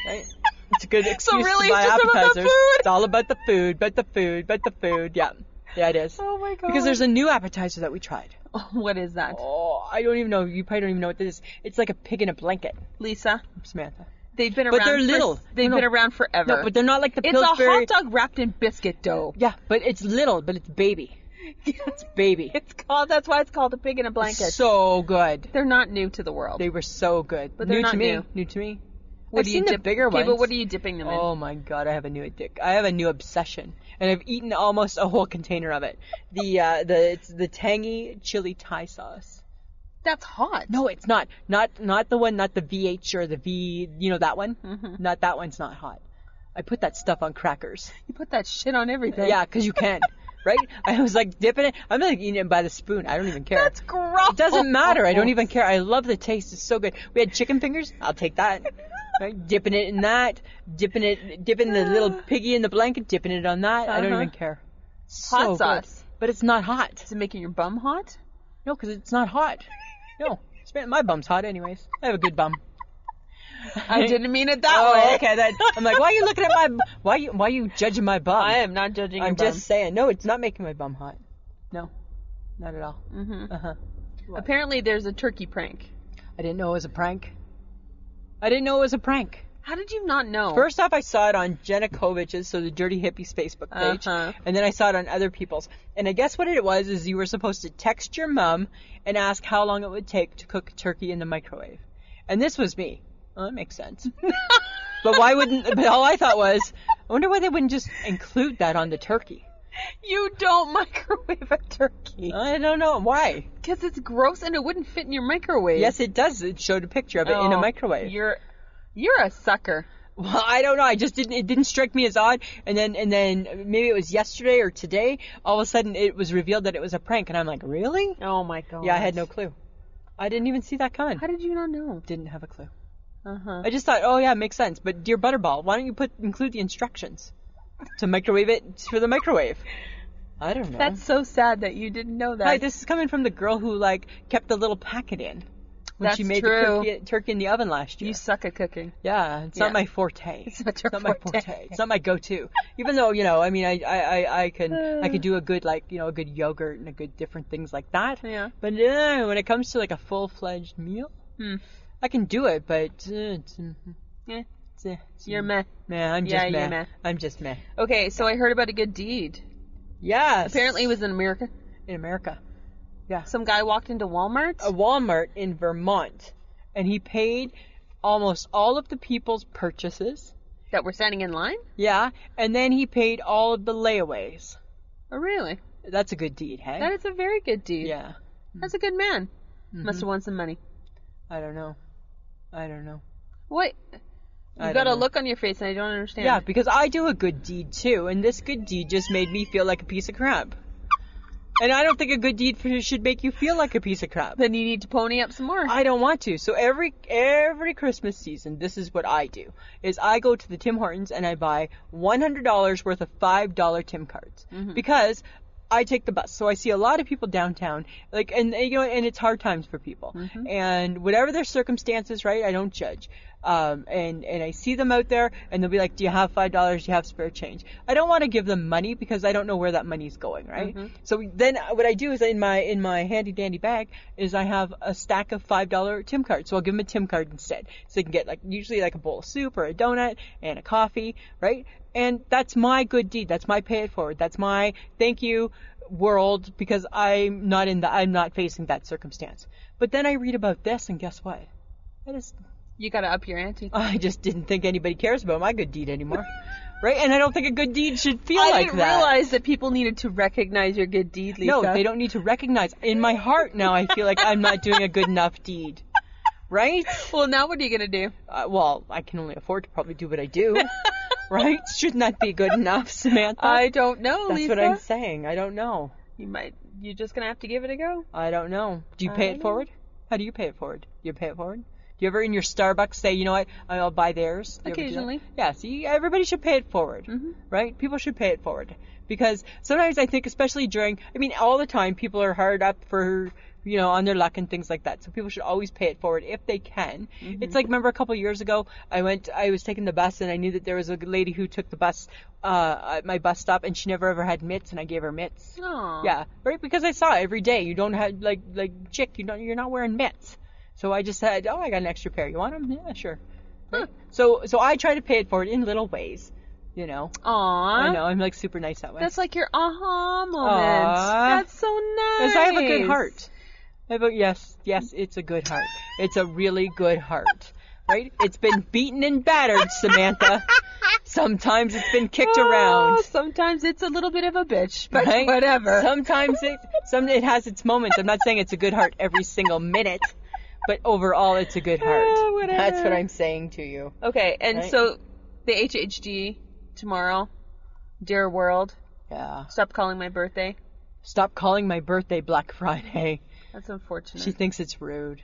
S2: right? It's a good excuse
S1: really,
S2: to
S1: it's
S2: buy
S1: just about the
S2: appetizers.
S1: food?
S2: It's all about the food, but the food, but the food. Yeah, yeah, it is.
S1: Oh my god. <laughs>
S2: Because there's a new appetizer that we tried.
S1: what is that?
S2: Oh, I don't even know. You probably don't even know what this is. It's like a pig in a blanket,
S1: Lisa.
S2: Samantha.
S1: They've been
S2: But
S1: around
S2: they're
S1: for-
S2: little.
S1: they've
S2: No,
S1: been
S2: no.
S1: around forever.
S2: No, but they're not like the
S1: it's
S2: Pillsbury.
S1: a hot dog wrapped in biscuit dough.
S2: <laughs> Yeah, but it's little, but it's baby.
S1: it's
S2: Baby.
S1: called that's why it's called a pig in a blanket.
S2: So good.
S1: they're not new to the world.
S2: They were so good.
S1: But they're
S2: new
S1: not
S2: to me.
S1: new.
S2: to me.
S1: what
S2: I've
S1: do you
S2: seen the
S1: dip-
S2: bigger
S1: okay,
S2: ones.
S1: but what are you dipping them in?
S2: Oh my god, I have a new addic. I have a new obsession, and I've eaten almost a whole container of it. The uh, the it's the tangy chili Thai sauce.
S1: That's hot.
S2: No, it's not. Not not the one. Not the VH or the V. You know that one.
S1: Mm-hmm.
S2: Not that one's not hot. I put that stuff on crackers.
S1: You put that shit on everything.
S2: Yeah, 'cause you can,
S1: <laughs>
S2: right? I was like dipping it. I'm like eating it by the spoon. I don't even care.
S1: That's gross.
S2: It doesn't matter. I
S1: oh, <laughs>
S2: don't even care. I love the taste. It's so good. We had chicken fingers. I'll take that. Right? Dipping it in that. Dipping it. Dipping the
S1: <sighs>
S2: little piggy in the blanket. Dipping it on that. I don't
S1: Uh-huh.
S2: even care. So
S1: Hot
S2: good.
S1: sauce.
S2: But it's not hot.
S1: Is it making your bum
S2: <laughs>
S1: hot?
S2: No, 'cause it's not hot. No. It's- My bum's hot, anyways. I have a good bum.
S1: I didn't mean it that
S2: Oh,
S1: way.
S2: okay. That, I'm like, why are you looking at my? Why you? Why you judging my
S1: <laughs>
S2: bum?
S1: I am not judging
S2: I'm
S1: your
S2: just
S1: bum.
S2: saying. No, it's not making my bum hot. No, not at all. Mm-hmm. Uh huh.
S1: Apparently, there's a turkey prank.
S2: I didn't know it was a prank. I didn't know it was a prank.
S1: How did you not know? <laughs>
S2: First off, I saw it on Jenna Kovich's, so the Dirty Hippies Facebook page,
S1: Uh-huh.
S2: and then I saw it on other people's. And I guess what it was is you were supposed to text your mom and ask how long it would take to cook turkey in the microwave. And this was me. Well, that
S1: <laughs>
S2: makes sense. but why wouldn't? But all I thought was, I wonder why they wouldn't just include that on the turkey.
S1: you don't microwave a turkey
S2: I don't know why.
S1: because it's gross and it wouldn't fit in your microwave.
S2: Yes, it does. It showed a picture of it in a
S1: Oh,
S2: microwave.
S1: You're you're a sucker.
S2: Well, I don't know. I just didn't. It didn't strike me as odd. And then, and then maybe it was yesterday or today. All of a sudden, it was revealed that it was a prank, and I'm like, really?
S1: Oh my god.
S2: Yeah, I had no clue. I didn't even see that coming.
S1: How did you not know?
S2: Didn't have a clue.
S1: Uh huh.
S2: I just thought, oh yeah, makes sense. But dear Butterball, why don't you put include the instructions to microwave it for the microwave? I don't know.
S1: That's so sad that you didn't know that.
S2: Hi, this is coming from the girl who like kept the little packet in when she
S1: That's
S2: made
S1: true.
S2: the turkey, turkey in the oven last year.
S1: you suck at cooking.
S2: Yeah, it's
S1: Yeah.
S2: not my forte.
S1: <laughs>
S2: It's
S1: not your
S2: my
S1: forte.
S2: forte. It's not my go-to. Even though you know, I mean, I I I, I can
S1: <sighs>
S2: I could do a good like you know a good yogurt and a good different things like that.
S1: Yeah.
S2: But uh, when it comes to like a full-fledged meal,
S1: Hmm.
S2: I can do it, but uh, it's, mm,
S1: Yeah.
S2: it's, uh, it's,
S1: You're meh.
S2: meh. I'm just
S1: Yeah,
S2: meh.
S1: you're meh.
S2: I'm just meh.
S1: Okay, so I heard about a good deed.
S2: Yes.
S1: Apparently, it was in America.
S2: in America,
S1: Some guy walked into Walmart.
S2: a Walmart in Vermont, and he paid almost all of the people's purchases.
S1: that were standing in line?
S2: Yeah, and then he paid all of the layaways.
S1: Oh, really?
S2: That's a good deed, hey?
S1: That is a very good deed.
S2: Yeah, Mm-hmm.
S1: That's a good man. Must have won some money.
S2: I don't know. I don't know.
S1: What?
S2: I
S1: You got
S2: don't
S1: a
S2: know.
S1: look on your face, and I don't understand.
S2: Yeah, because I do a good deed too, and this good deed just made me feel like a piece of crap. And I don't think a good deed for, should make you feel like a piece of crap.
S1: Then you need to pony up some more.
S2: <laughs> I don't want to. So every every Christmas season, this is what I do: is I go to the Tim Hortons and I buy one hundred dollars worth of five dollar Tim cards because I take the bus. So I see a lot of people downtown, like, and you know, and it's hard times for people, and whatever their circumstances, right? I don't judge. Um, and and I see them out there, and they'll be like, "Do you have five dollars? Do you have spare change?" I don't want to give them money because I don't know where that money's going, right? So then uh, what I do is in my in my handy dandy bag is I have a stack of five dollar Tim cards. So I'll give them a Tim card instead, so they can get like usually like a bowl of soup or a donut and a coffee, right? And that's my good deed. That's my pay it forward. That's my thank you world because I'm not in the I'm not facing that circumstance. But then I read about this, and guess what? I just
S1: you got to up your ante.
S2: <laughs> I just didn't think anybody cares about my good deed anymore, right? And I don't think a good deed should feel
S1: I
S2: like
S1: didn't
S2: that.
S1: realize that people needed to recognize your good deed, Lisa.
S2: No, they don't need to recognize. In my heart now, I feel like I'm not doing a good enough deed. Right?
S1: Well, now what are you gonna do?
S2: Uh, well, I can only afford to probably do what
S1: <laughs>
S2: I do. Right? Shouldn't that be good enough, Samantha?
S1: I don't know,
S2: That's
S1: Lisa.
S2: what I'm saying. I don't know.
S1: You might. You're just gonna have to give it a go.
S2: I don't know. Do you pay
S1: I
S2: it
S1: know.
S2: forward? How do you pay it forward? You pay it forward? Do you ever in your Starbucks say, you know what, I'll buy theirs? Do you ever do that?
S1: Occasionally. Mm-hmm.
S2: Yeah, see, everybody should pay it forward, right? People should pay it forward because sometimes I think, especially during, I mean, all the time, people are hard up for, you know, on their luck and things like that. So people should always pay it forward if they can.
S1: Mm-hmm.
S2: It's like remember a couple years ago, I went, I was taking the bus and I knew that there was a lady who took the bus uh, at my bus stop and she never ever had mitts and I gave her mitts.
S1: Aw.
S2: Yeah, right. Because I saw it every day. You don't have like like chick. You don't. You're not wearing mitts. So I just said, oh, I got an extra pair. You want them? Yeah, sure. Right? So so I try to pay it forward in little ways. You know.
S1: Aw.
S2: I know. I'm like super nice that way.
S1: That's like your aha moment.
S2: Aw.
S1: That's so nice.
S2: 'Cause I have a good heart. I have a, yes, yes, it's a good heart. It's a really good heart. Right? It's been beaten and battered, Samantha.
S1: <laughs>
S2: Sometimes it's been kicked
S1: Oh,
S2: around.
S1: Sometimes it's a little bit of a
S2: <laughs>
S1: bitch, but
S2: right?
S1: whatever.
S2: Sometimes it some it has its moments. I'm not saying it's a good heart every single minute, but overall it's a good heart.
S1: Ah, whatever.
S2: That's what I'm saying to you.
S1: okay, and
S2: Right.
S1: so the HHD tomorrow, dear world,
S2: Yeah.
S1: stop calling my birthday.
S2: Stop calling my birthday Black Friday.
S1: That's unfortunate.
S2: She thinks it's rude.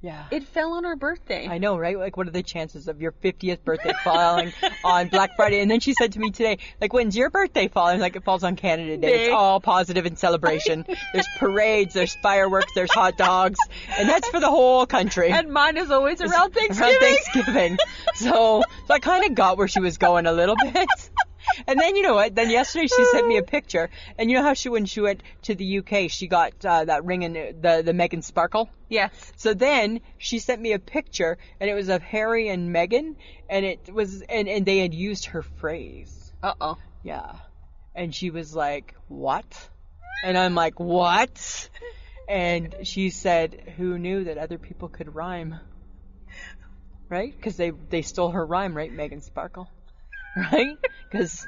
S2: Yeah.
S1: it fell on her birthday.
S2: I know, right? Like, what are the chances of your 50th birthday falling
S1: <laughs>
S2: on Black Friday? And then she said to me today, like, when's your birthday fall? And like, it falls on Canada Day.
S1: Day.
S2: It's all positive
S1: <laughs>
S2: and celebration. There's parades, there's fireworks, there's hot dogs, and that's for the whole country.
S1: and mine is always
S2: <laughs>
S1: around Thanksgiving.
S2: Around Thanksgiving. so, so I kind of got where she was going a little bit. And then you know what? Then yesterday she sent me a picture, and you know how she when she went to the UK, she got uh, that ring and the the Megan Sparkle.
S1: Yes.
S2: So then she sent me a picture, and it was of Harry and Meghan, and it was and and they had used her phrase.
S1: Uh oh.
S2: Yeah, and she was like, "What?" And I'm like, "What?" And she said, "Who knew that other people could rhyme?" Right? Because they they stole her rhyme, right, Megan Sparkle? <laughs> Right? Because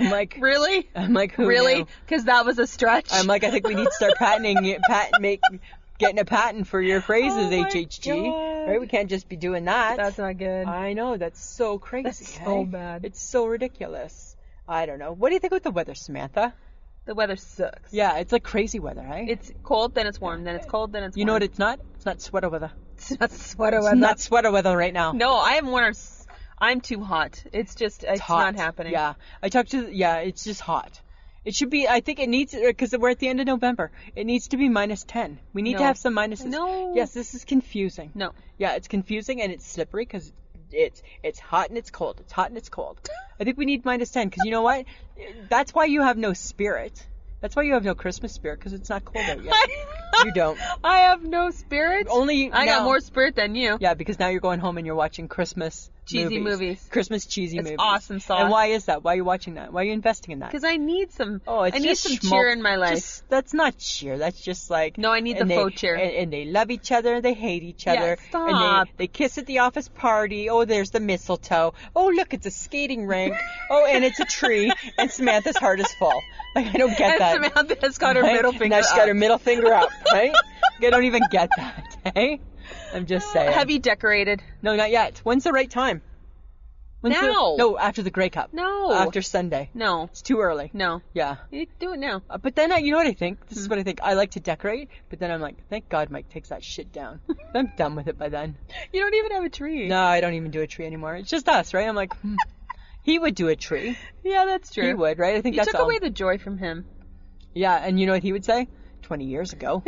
S2: I'm like,
S1: Really?
S2: I'm like, who
S1: Really?
S2: knew?
S1: Because that was a stretch.
S2: I'm like, I think we need to start
S1: <laughs>
S2: patenting it, patent make getting a patent for your phrases,
S1: Oh my
S2: HHG.
S1: God.
S2: Right? We can't just be doing that.
S1: That's not good.
S2: I know that's so crazy.
S1: That's so
S2: eh?
S1: bad.
S2: It's so ridiculous. I don't know. What do you think about the weather, Samantha?
S1: the weather sucks.
S2: Yeah, it's like crazy weather, right?
S1: It's cold, then it's warm, then it's cold, then it's
S2: you
S1: warm.
S2: know what it's not? It's not sweater weather.
S1: <laughs> It's not sweater
S2: It's
S1: weather.
S2: not sweater weather right now.
S1: No, I am worse. I'm too hot. It's just, it's,
S2: hot.
S1: not happening.
S2: Yeah, I talked to. Yeah, it's just hot. It should be. I think it needs because we're at the end of November. It needs to be minus ten. We need
S1: No.
S2: to have some minuses.
S1: No.
S2: Yes, this is confusing.
S1: No.
S2: Yeah, it's confusing and it's slippery because it's it's hot and it's cold. It's hot and it's
S1: <laughs>
S2: cold. I think we need minus ten because you know what? That's why you have no spirit. That's why you have no Christmas spirit because it's not cold
S1: <laughs>
S2: out yet. You don't.
S1: I have no spirit.
S2: Only
S1: I
S2: now.
S1: got more spirit than you.
S2: Yeah, because now you're going home and you're watching Christmas
S1: Cheesy movies.
S2: Christmas cheesy
S1: It's
S2: movies.
S1: awesome sauce.
S2: And why is that? Why are you watching that? Why are you investing in that?
S1: Because I need some.
S2: Oh, it's
S1: I need
S2: just
S1: some
S2: schmaltz-
S1: cheer in my life.
S2: just- that's not cheer. That's just like
S1: No, I need the
S2: and they-
S1: faux cheer.
S2: And, and they love each other. They hate each other.
S1: stop.
S2: And they, they kiss at the office party. Oh, there's the mistletoe. Oh, look, it's a skating rink. oh, and it's a
S1: <laughs>
S2: tree. And Samantha's heart is full. Like I don't get
S1: and
S2: that.
S1: Samantha has got her
S2: right?
S1: middle finger
S2: Now she's
S1: up.
S2: got her middle finger up.
S1: <laughs>
S2: Right? I don't even get that. <laughs> Hey, I'm just saying.
S1: Have you decorated?
S2: No, not yet. When's the right time? When's the-
S1: Now.
S2: no, after the Grey Cup.
S1: No.
S2: After Sunday.
S1: No.
S2: It's too early.
S1: No.
S2: Yeah.
S1: You do it now.
S2: Uh, But then I, you know what I think? This is what I think. I like to decorate, but then I'm like, thank God Mike takes that
S1: <laughs>
S2: shit down. I'm done with it by then.
S1: You don't even have a tree.
S2: No, I don't even do a tree anymore. It's just us, right? I'm like, hmm.
S1: <laughs>
S2: he would do a tree.
S1: Yeah, that's true.
S2: He would, right? I think
S1: You
S2: that's
S1: took
S2: all.
S1: away the joy from
S2: <laughs>
S1: him. <laughs>
S2: yeah, and you know what he would say? 20 years ago.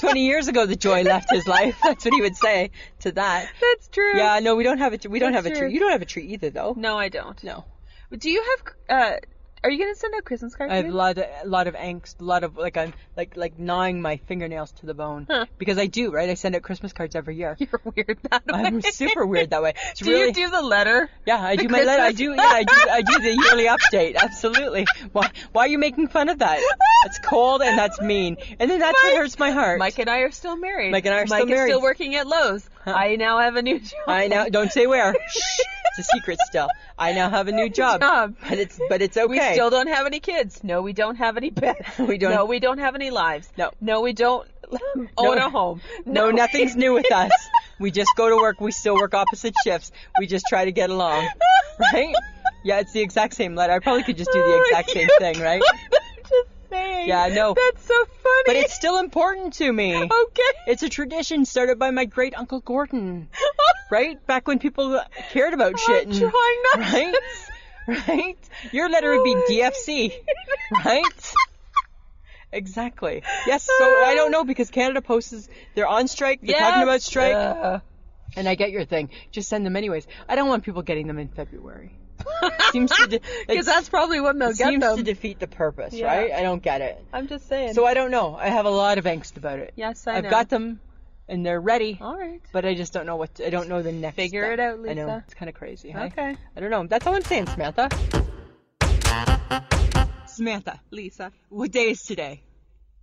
S2: 20 years ago, the joy left
S1: <laughs>
S2: his life. That's what he would say to that.
S1: That's true.
S2: Yeah, no, we don't have a tr- we don't
S1: That's
S2: have a
S1: true.
S2: tree. You don't have a tree either, though.
S1: No, I don't.
S2: No.
S1: Do you have? uh Are you gonna send out Christmas cards?
S2: I have
S1: yet?
S2: a lot, of, a lot of angst, a lot of like I'm like like gnawing my fingernails to the bone
S1: Huh.
S2: because I do right. I send out Christmas cards every year.
S1: <laughs> You're weird that way.
S2: I'm super weird that way. It's
S1: <laughs> do
S2: really,
S1: you do the letter?
S2: yeah, I
S1: the
S2: do my letter. I
S1: Christmas?
S2: do, yeah, I do, I do the yearly update. Absolutely. Why, why are you making fun of that?
S1: <laughs>
S2: That's cold and that's mean, and then that's
S1: Mike-
S2: what hurts my heart.
S1: Mike and I are still married.
S2: Mike and I are still
S1: Mike is
S2: married.
S1: still working at Lowe's. I now have a new job.
S2: I now
S1: <laughs>
S2: don't say where. Shh, it's a secret still. I now have a new job,
S1: Job.
S2: but it's but it's okay.
S1: We still don't have any kids. No, we don't have
S2: <laughs>
S1: any pets.
S2: We don't-
S1: No, we don't have any lives.
S2: No.
S1: No, we don't own a home.
S2: No, nothing's new
S1: <laughs>
S2: with us. We just go to work. We still work opposite shifts. We just try to get along, right?
S1: <laughs>
S2: Yeah, it's the exact same letter. I probably could just do the exact
S1: <laughs>
S2: same
S1: You
S2: thing, right?
S1: could, I'm Oh, just saying.
S2: Yeah, I know.
S1: That's so funny. <laughs>
S2: But it's still important to me.
S1: okay. <laughs>
S2: It's a tradition started by my great uncle Gordon, right? Back when people cared about shit.
S1: I'm
S2: and-
S1: trying not
S2: right? <laughs>
S1: to.
S2: Right? Your letter would be
S1: Oh, I-
S2: DFC,
S1: <laughs>
S2: right? Exactly. Yes, so
S1: Ah.
S2: I don't know because Canada Post is they're on strike, they're talking about strike.
S1: Uh,
S2: And I get your thing. Just send them anyways. I don't want people getting them in February. <laughs> Seems
S1: <laughs>
S2: to de- it
S1: Because that's probably when they'll get
S2: seems
S1: them.
S2: to defeat the purpose,
S1: Yeah.
S2: right? I don't get it.
S1: I'm just saying.
S2: So I don't know. I have a lot of angst about it.
S1: yes, I
S2: I've
S1: know.
S2: got them, and they're ready.
S1: All right.
S2: <laughs> But I just don't know what. To, I don't know the next.
S1: Figure
S2: step.
S1: it out,
S2: I know
S1: Lisa.
S2: it's kind of crazy. huh?
S1: Okay.
S2: I don't know. That's all I'm saying, Samantha. Samantha,
S1: Lisa,
S2: what day is today?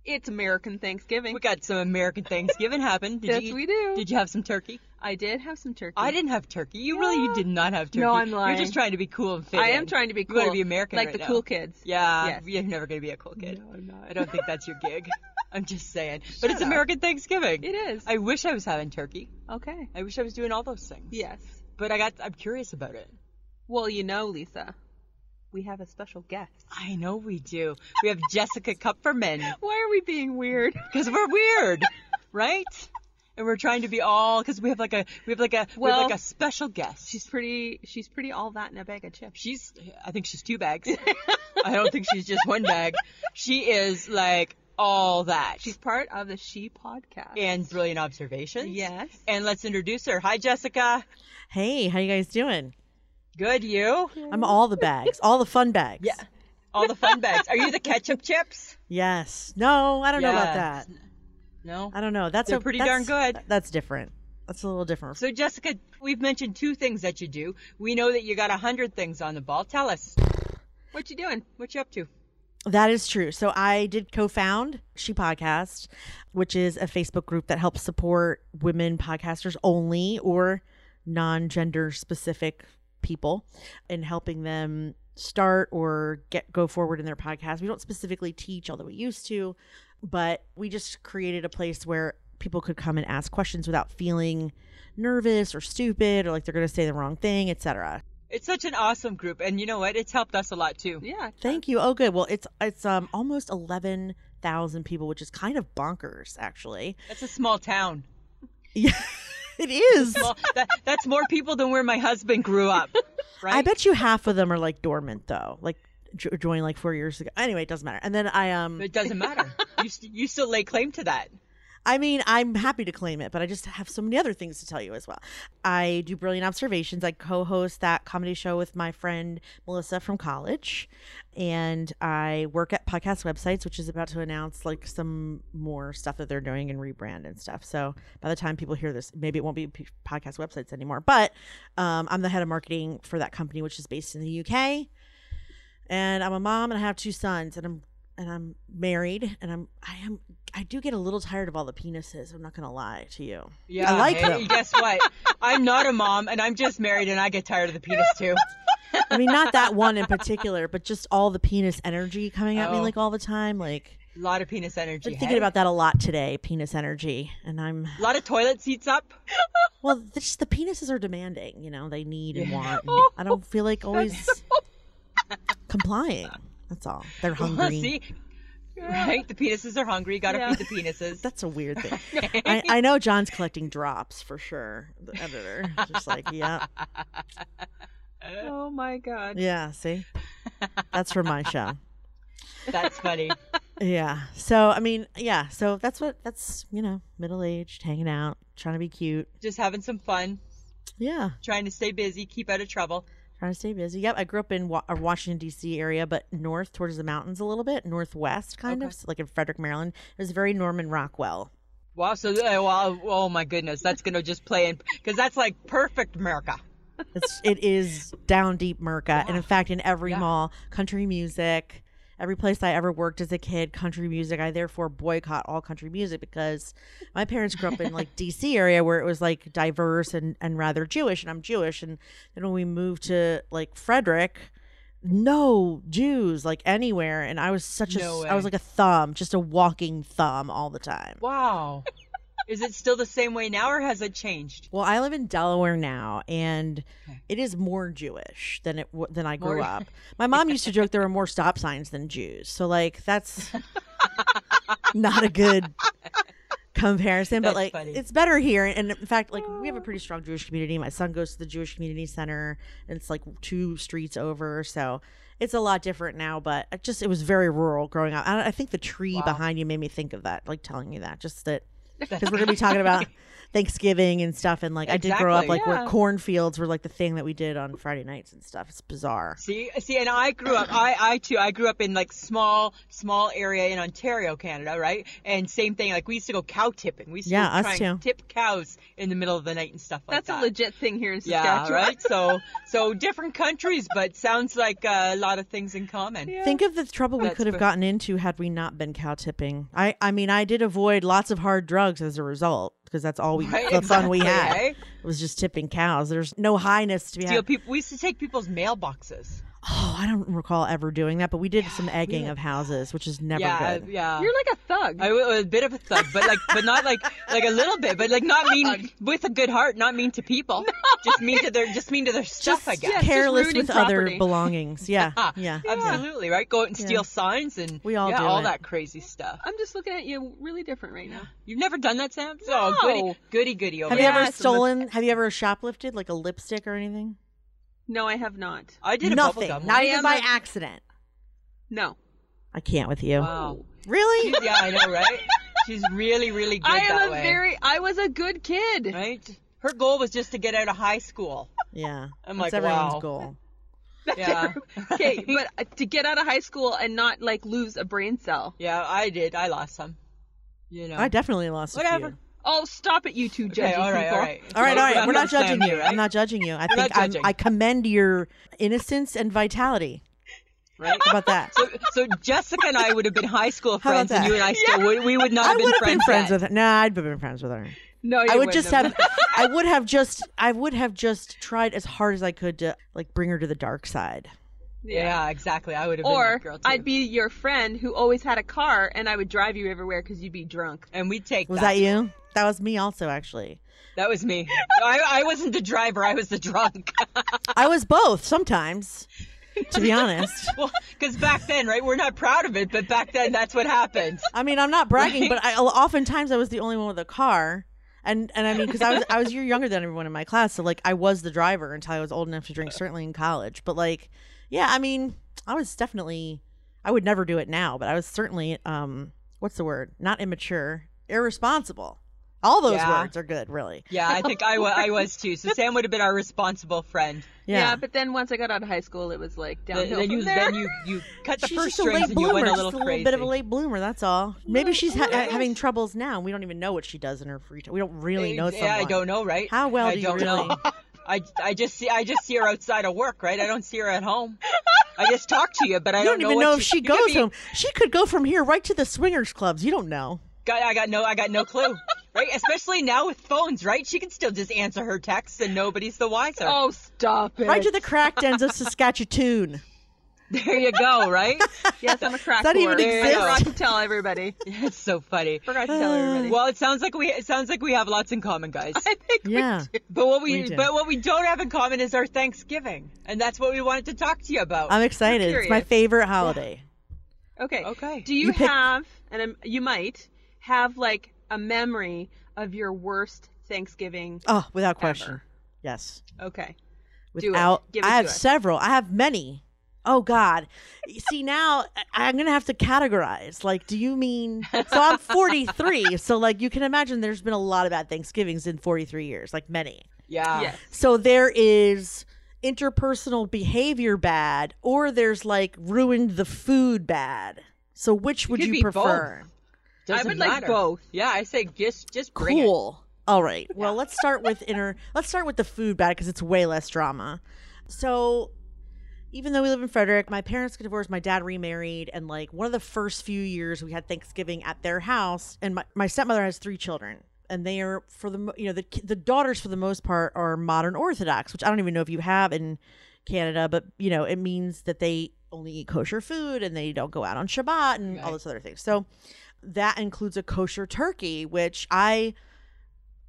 S1: it's American Thanksgiving.
S2: We got some American Thanksgiving happen. Did
S1: Yes,
S2: you eat-
S1: we do.
S2: Did you have some turkey?
S1: I did have some turkey.
S2: I didn't have turkey. You really, you
S1: Yeah.
S2: did not have turkey.
S1: No, I'm
S2: You're
S1: lying.
S2: just trying to be cool and fit.
S1: I
S2: in.
S1: am trying to be
S2: You
S1: cool.
S2: wanna be American
S1: Like
S2: right
S1: the
S2: now.
S1: cool kids.
S2: Yeah,
S1: Yes.
S2: you're never gonna be a cool kid.
S1: I'm not.
S2: I don't think that's your gig. I'm just saying. but
S1: Shut
S2: it's
S1: up.
S2: American
S1: <laughs>
S2: Thanksgiving.
S1: It is.
S2: I wish I was having turkey.
S1: okay.
S2: I wish I was doing all those things.
S1: Yes.
S2: But I got. I'm curious about it.
S1: Well, you know, Lisa, we have a special guest.
S2: I know we do. We have Jessica Kupferman
S1: Why are we being weird?
S2: because
S1: <laughs>
S2: we're weird, right? And we're trying to be all because we have like a we have like a we
S1: Well-
S2: have like a special
S1: <laughs>
S2: guest.
S1: She's pretty. She's pretty all that in a bag of
S2: <laughs>
S1: chips.
S2: She's, I think she's
S1: <laughs>
S2: two bags. I don't think she's just one bag. She is like all that.
S1: She's part of the She podcast.
S2: and brilliant observations.
S1: Yes.
S2: And let's introduce her. Hi, Jessica.
S3: Hey, how you guys doing?
S2: Good, you.
S3: I'm all the bags, all the fun bags.
S2: Yeah. All the fun bags. Are you the ketchup chips?
S3: Yes. No, I don't know
S2: Yes.
S3: about that.
S2: No.
S3: I don't know. That's
S2: They're
S3: a-
S2: pretty
S3: that's-
S2: darn good.
S3: That's different. That's a little different.
S2: So, Jessica, we've mentioned two things that you do. We know that you got a hundred things on the ball. Tell us
S1: What you doing?
S2: what you up to.
S3: That is true. So I did co-found She Podcast, which is a Facebook group that helps support women podcasters only or non-gender specific people in helping them start or get go forward in their podcast. We don't specifically teach, although we used to, but we just created a place where people could come and ask questions without feeling nervous or stupid or like they're going to say the wrong thing, etc.
S2: It's such an awesome group, and you know what? It's helped us a lot too.
S1: Yeah.
S3: Thank you. Oh, good. Well, it's it's um almost eleven thousand people, which is kind of bonkers, actually.
S2: That's a small town.
S3: Yeah, it <laughs> is.
S2: Well, that, that's more people than where my husband grew up. Right?
S3: <laughs> I bet you half of them are like dormant though, like jo- joined like four years ago. Anyway, it doesn't matter. And then I um,
S2: It doesn't matter. you, st- you still lay claim to that.
S3: I mean, I'm happy to claim it, but I just have so many other things to tell you as well. I do Brilliant Observations. I co host that comedy show with my friend Melissa from college. And I work at podcast websites, which is about to announce like some more stuff that they're doing and rebrand and stuff. So by the time people hear this, maybe it won't be p- podcast websites anymore. But um, I'm the head of marketing for that company, which is based in the UK. And I'm a mom and I have two sons and I'm and I'm married and I'm I am I do get a little tired of all the penises. I'm not gonna lie to you.
S2: Yeah,
S3: I like
S2: hey,
S3: them.
S2: Guess what? I'm not a mom, and I'm just married, and I get tired of the penis too.
S3: I mean, not that one in particular, but just all the penis energy coming at me
S2: Oh.
S3: like all the time. Like
S2: A lot of penis energy.
S3: I'm thinking about that a lot today. Penis energy, and I'm
S2: a lot of toilet seats up. <laughs>
S3: well. it's Just the penises are demanding. You know, they need and
S2: Yeah.
S3: want. and I don't feel like always complying. That's all. They're hungry.
S2: See, right? The penises are hungry. Got to
S1: Yeah.
S2: feed the
S3: <laughs>
S2: penises.
S3: That's a weird thing. I,
S2: <laughs>
S3: I know John's collecting drops for sure. The editor, just like, yeah,
S1: Oh my God.
S3: yeah. See, that's for my show.
S2: That's funny.
S3: Yeah. So I mean, yeah. So that's what that's you know, middle aged, hanging out, trying to be cute.
S2: Just having some fun,
S3: Yeah,
S2: trying to stay busy, keep out of trouble.
S3: trying to stay busy. Yep. I grew up in wa- uh, Washington D.C. area, but north towards the mountains a little bit, northwest kind of,
S2: Okay.
S3: so like in Frederick, Maryland. It was very Norman Rockwell.
S2: Wow. So, uh, wow, oh my goodness, that's gonna just play in because that's like perfect America.
S3: It's it is down deep Merca, and in fact, in every
S2: Yeah.
S3: mall, country music. Every place I ever worked as a kid, country music. I therefore boycott all country music because my parents grew up in like D.C. area where it was like diverse and and rather Jewish, and I'm Jewish. And then when we moved to like Frederick, no Jews like anywhere, and I was such a
S2: No
S3: I was
S2: way.
S3: like a thumb, just a walking thumb all the time.
S2: Wow. Is it still the same way now, or has it changed?
S3: Well, I live in Delaware now, and
S2: Okay.
S3: it is more Jewish than it w- than I
S2: <laughs> More- <laughs>
S3: grew up. My mom used to joke there were more stop signs than Jews, so like that's not a good comparison, but
S2: That's
S3: like
S2: funny.
S3: it's better here. And in fact, like we have a pretty strong Jewish community. My son goes to the Jewish community center, and it's like two streets over, so it's a lot different now. But it just it was very rural growing up. I, I think the tree
S2: Wow.
S3: behind you made me think of that, like telling you that,
S2: <laughs>
S3: just that because we're gonna be talking about Thanksgiving and stuff. And like I did grow up
S2: Exactly.
S3: like where
S1: Yeah.
S3: cornfields were like the thing that we did on Friday nights and stuff. It's bizarre.
S2: See, see, and I grew up. I, I too, I grew up in like small, small area in Ontario, Canada, right? And same thing. Like we used to go cow tipping. We used
S3: Yeah,
S2: to
S3: us
S2: try and tip cows in the middle of the night and stuff like
S1: That's
S2: that.
S1: a legit thing here in
S2: yeah,
S1: Saskatchewan.
S2: right. So, so different countries, but sounds like uh, a lot of things in common.
S3: Think of the trouble we
S2: That's
S3: could have
S2: fair.
S3: gotten into had we not been cow tipping. I, I mean, I did avoid lots of hard drugs as a result because that's all we
S2: Right,
S3: the fun we had
S2: exactly, eh?
S3: was just tipping cows. There's no highness to be
S2: Steal
S3: had.
S2: people. We used to take people's mailboxes.
S3: Oh, I don't recall ever doing that, but we did some egging
S2: did.
S3: of houses, which is never
S2: Yeah,
S3: good.
S2: yeah.
S1: You're like a thug.
S2: I was a bit of a thug, but like, but not like, like a little bit, but like
S3: <laughs>
S2: not mean with a good heart, not mean to people, just mean to their, just mean to their stuff,
S3: Just
S2: I guess.
S1: yeah, it's just
S3: careless
S1: ruining
S3: with other
S1: property.
S3: belongings. Yeah,
S2: <laughs> Ah,
S3: yeah.
S2: absolutely right. Go out and steal signs and
S3: We all
S2: yeah,
S3: do
S2: all
S3: it.
S2: that crazy stuff.
S1: I'm just looking at you really different right now.
S2: You've never done that, Sam? So
S1: No.
S2: goody, goody, goody over
S3: Have you
S2: there.
S3: ever
S1: Yes, and the-
S2: <laughs>
S3: stolen? Have you ever shoplifted like a lipstick or anything?
S1: No, I have not.
S2: I did a
S3: Nothing.
S2: bubble gum.
S3: Not
S1: I
S3: even
S1: am
S3: by
S1: a-
S3: accident.
S1: No.
S3: I can't with you.
S2: Wow.
S3: Really?
S2: <laughs> She's- yeah, I know, right? She's really, really good
S1: I
S2: that
S1: am a
S2: way,
S1: very I was a good kid.
S2: right? Her goal was just to get out of high school.
S3: Yeah.
S2: I'm
S3: That's
S2: like,
S3: everyone's
S2: wow.
S3: goal.
S2: Yeah,
S3: <laughs>
S2: <laughs>
S1: Okay, but uh, to get out of high school and not like lose a brain cell.
S2: yeah, I did. I lost some. You know.
S3: I definitely lost a
S2: Whatever.
S3: few.
S1: Oh, stop it, you two judgy
S2: Okay, all right,
S1: people.
S2: all right.
S3: All right, all right. We're not judging
S2: Understand
S3: you.
S2: me,
S3: I'm not judging you. I think
S2: not
S3: I'm,
S2: judging.
S3: I commend your innocence and vitality.
S2: right. <laughs>
S3: How about that?
S2: So, so Jessica and I would have been high school
S3: How about
S2: friends, and
S3: that?
S2: you and I still would, we would not
S3: I
S2: have been
S3: would have
S2: friends.
S3: been friends
S2: yet.
S3: with her. No, I'd have been friends with her.
S1: No, you
S3: I would
S1: wouldn't
S3: just have. I would have just. I would have just tried as hard as I could to like bring her to the dark side.
S2: Yeah, exactly. I would have been
S1: Or
S2: that girl too.
S1: I'd be your friend who always had a car, and I would drive you everywhere because you'd be drunk.
S2: and we take
S3: Was
S2: that.
S3: that you? That was me also. Actually,
S2: That was me. I, I wasn't the driver. I was the drunk. <laughs>
S3: I was both sometimes. To be honest,
S2: well, because back then, right? We're not proud of it, but back then, that's what happened.
S3: I mean, I'm not bragging, but I, oftentimes I was the only one with a car, and and I mean, because I was I was a year younger than everyone in my class, so like I was the driver until I was old enough to drink, certainly in college. But like, yeah, I mean, I was definitely I would never do it now, but I was certainly um, what's the word? Not immature, irresponsible. All those
S2: Yeah.
S3: words are good, really.
S2: Yeah, I think I, wa- I was too. So Sam would have been our responsible friend.
S3: Yeah.
S1: but then once I got out of high school, it was like
S2: Then,
S1: downhill
S2: then you
S1: from there.
S2: then you you cut the
S3: She's
S2: first
S3: just a late
S2: strings and you
S3: bloomer,
S2: went a
S3: just
S2: little
S3: a little
S2: crazy.
S3: bit of a late bloomer. That's all. Maybe
S1: No,
S3: she's ha-
S1: no,
S3: having troubles now. and We don't even know what she does in her free time. We don't really know someone.
S2: yeah, I don't know, right?
S3: How well
S2: I
S3: do you
S2: don't
S3: really-
S2: know. <laughs> I, I just see I just see her outside of work, right? I don't see her at home. I just talk to you, but I
S3: You
S2: don't,
S3: don't, even know,
S2: what
S3: if
S2: she-
S3: she
S2: you could
S3: goes
S2: be-
S3: home. She could go from here right to the swingers clubs. You don't know.
S2: Got, I got no, I got no clue. Right, especially now with phones, right? She can still just answer her texts and nobody's the wiser.
S1: oh, stop it!
S3: Right
S1: <laughs>
S3: to the crack dens of Saskatchewan.
S2: There you go,
S3: <laughs>
S2: right?
S1: yes, I'm a crack.
S3: that even
S1: whore.
S3: exist?
S1: Forgot to tell
S2: <laughs>
S1: everybody.
S2: It's so funny.
S1: Forgot to tell everybody.
S2: Well, it sounds like we it sounds like we have lots in common, guys.
S1: I think
S3: Yeah.
S2: But what
S3: We
S2: we,
S3: do.
S2: but what we don't have in common is our Thanksgiving, and that's what we wanted to talk to you about.
S3: I'm excited. It's my
S1: curious.
S3: favorite holiday.
S1: Okay.
S2: Okay.
S1: Do you,
S3: You pick-
S1: have, and I'm, you might have like a memory of your worst Thanksgiving?
S3: Oh, without question. Yes.
S1: Okay. Do it.
S3: Without
S1: Give it
S3: I have
S1: to us.
S3: several. I have many. Oh God. See now I- I'm gonna have to categorize. Like, do you mean so I'm
S1: <laughs>
S3: forty three, so like you can imagine there's been a lot of bad Thanksgivings in forty three years, like many.
S2: yeah.
S1: Yes.
S3: So there is interpersonal behavior bad, or there's like ruined the food bad. So which would
S2: could
S3: you
S2: be both.
S3: prefer?
S2: Doesn't
S1: I would like
S2: matter.
S1: both.
S2: Yeah, I say just just bring it.
S3: Cool. All right. Well, let's start with inner. Let's start with the food bad because it's way less drama. So, even though we live in Frederick, my parents got divorced. My dad remarried, and like one of the first few years, we had Thanksgiving at their house. And my, my stepmother has three children, and they are for the mo- you know the ki- the daughters for the most part are modern Orthodox, which I don't even know if you have in Canada, but you know it means that they only eat kosher food and they don't go out on Shabbat and all
S2: Right.
S3: those other things. So that includes a kosher turkey, which I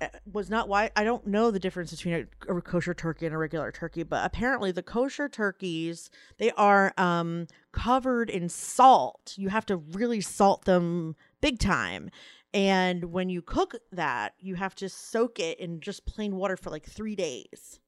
S3: uh, was not why I don't know the difference between a, a kosher turkey and a regular turkey, but apparently the kosher turkeys they are um covered in salt. You have to really salt them big time. And when you cook that, you have to soak it in just plain water for like 3 days.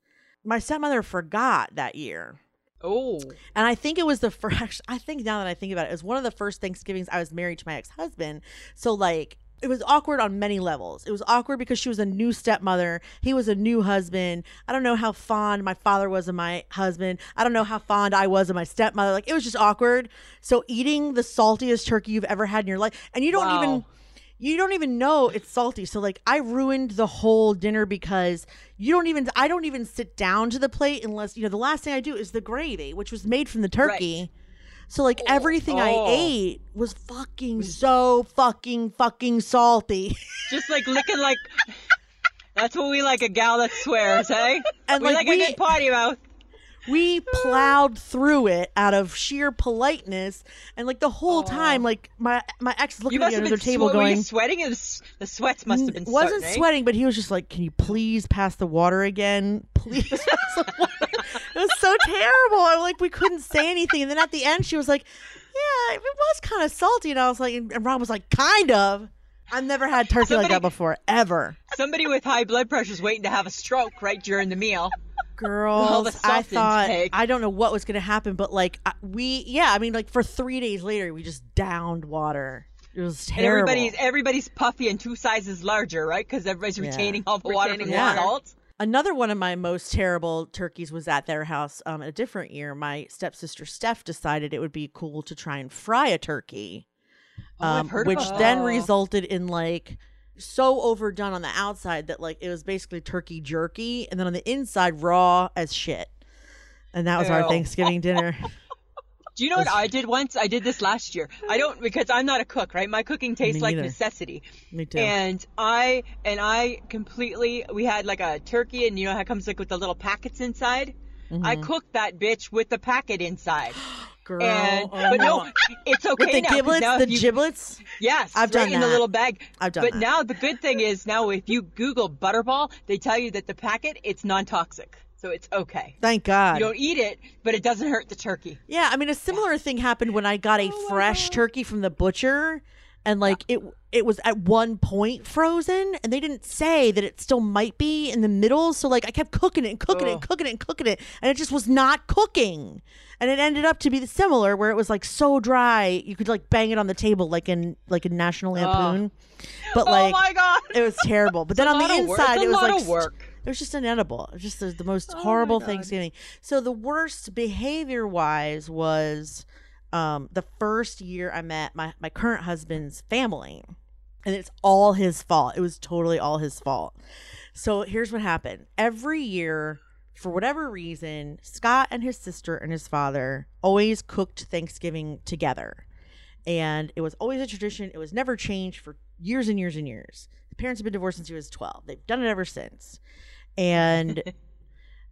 S3: My stepmother forgot that year.
S2: Oh,
S3: And I think it was the <laughs> first, I think now that I think about it, it was one of the first Thanksgivings I was married to my ex husband. So, like, it was awkward on many levels. It was awkward because she was a new stepmother. He was a new husband. I don't know how fond my father was of my husband. I don't know how fond I was of my stepmother. Like, it was just awkward. So, eating the saltiest turkey you've ever had in your life, and you don't
S2: Wow.
S3: even. You don't even know it's salty. So like I ruined the whole dinner because you don't even I don't even sit down to the plate unless you know the last thing I do is the gravy, which was made from the turkey. So like everything I
S2: Oh.
S3: ate was fucking so fucking fucking salty. <laughs>
S2: just like looking like. That's what we like a gal that swears, hey?
S3: And,
S2: we
S3: like,
S2: like,
S3: we-
S2: a good potty mouth.
S3: We plowed through it out of sheer politeness and like the whole time like my my ex is
S2: You
S3: looking at
S2: must
S3: me
S2: have
S3: under
S2: been
S3: the table
S2: swe- were
S3: going
S2: you sweating. It was- The sweats must have been.
S3: wasn't
S2: starting, eh?
S3: sweating, but he was just like, "Can you please pass the water again? <laughs> Please." pass the water." it was so terrible. I'm like, we couldn't say anything, and then at the end, she was like, "Yeah, it was kind of salty," and I was like, and Rob was like, "Kind of." I've never had turkey like
S2: Somebody-
S3: that before, ever.
S2: Somebody with high blood pressure is waiting to have a stroke right during the meal. All the
S3: Girls,
S2: salt
S3: I thought
S2: intake.
S3: I don't know what was going to happen, but like I- we, yeah, I mean, like for three days later, we just downed water. It was
S2: And
S3: terrible.
S2: everybody's everybody's puffy and two sizes larger, right? Because everybody's
S3: Yeah.
S2: retaining all the water from
S1: Retaining
S2: the
S3: water.
S2: salt.
S3: Another one of my most terrible turkeys was at their house um, a different year. My stepsister Steph decided it would be cool to try and fry a turkey,
S2: Oh, I've
S3: um,
S2: heard
S3: which
S2: about
S3: then
S2: that.
S3: resulted in like so overdone on the outside that like it was basically turkey jerky, and then on the inside raw as shit. And that was our
S2: Ew. <laughs>
S3: Thanksgiving dinner.
S2: Do you know what I did once? I did this last year. I don't because I'm not a cook, right? My cooking tastes like
S3: neither.
S2: necessity.
S3: Me too.
S2: And I and I completely we had like a turkey and you know how it comes like with the little packets inside? I
S3: Mm-hmm.
S2: cooked that bitch with the packet
S3: <gasps>
S2: inside.
S3: Girl,
S2: And
S3: oh
S2: but no,
S3: my-
S2: it's okay
S3: with the
S2: now. 'cause
S3: giblets,
S2: now
S3: the
S2: if you-
S3: giblets.
S2: Yes,
S3: I've
S2: right in
S3: done that.
S2: the little bag.
S3: I've done
S2: But
S3: that.
S2: now the good thing is now if you Google Butterball, they tell you that the packet it's non-toxic, so it's okay.
S3: Thank God.
S2: You don't eat it, but it doesn't hurt the turkey.
S3: Yeah, I mean, a similar thing happened when I got a
S2: Oh,
S3: fresh turkey from the butcher, and like it, it was at one point frozen, and they didn't say that it still might be in the middle. So like, I kept cooking it and cooking it and cooking it and cooking it, and it just was not cooking. And it ended up to be similar, where it was like so dry you could like bang it on the table, like in like in National Lampoon. But like,
S2: oh my god.
S3: it was terrible. But then on the
S2: lot of work.
S3: inside,
S2: It's a
S3: it was
S2: lot
S3: like
S2: of work.
S3: it was just inedible. It was just the, the most horrible Thanksgiving. So the worst behavior wise was um, the first year I met my my current husband's family, and it's all his fault. It was totally all his fault. So here's what happened. Every year, for whatever reason, Scott and his sister and his father always cooked Thanksgiving together. And it was always a tradition. It was never changed for years and years and years. The parents have been divorced since he was 12. They've done it ever since. And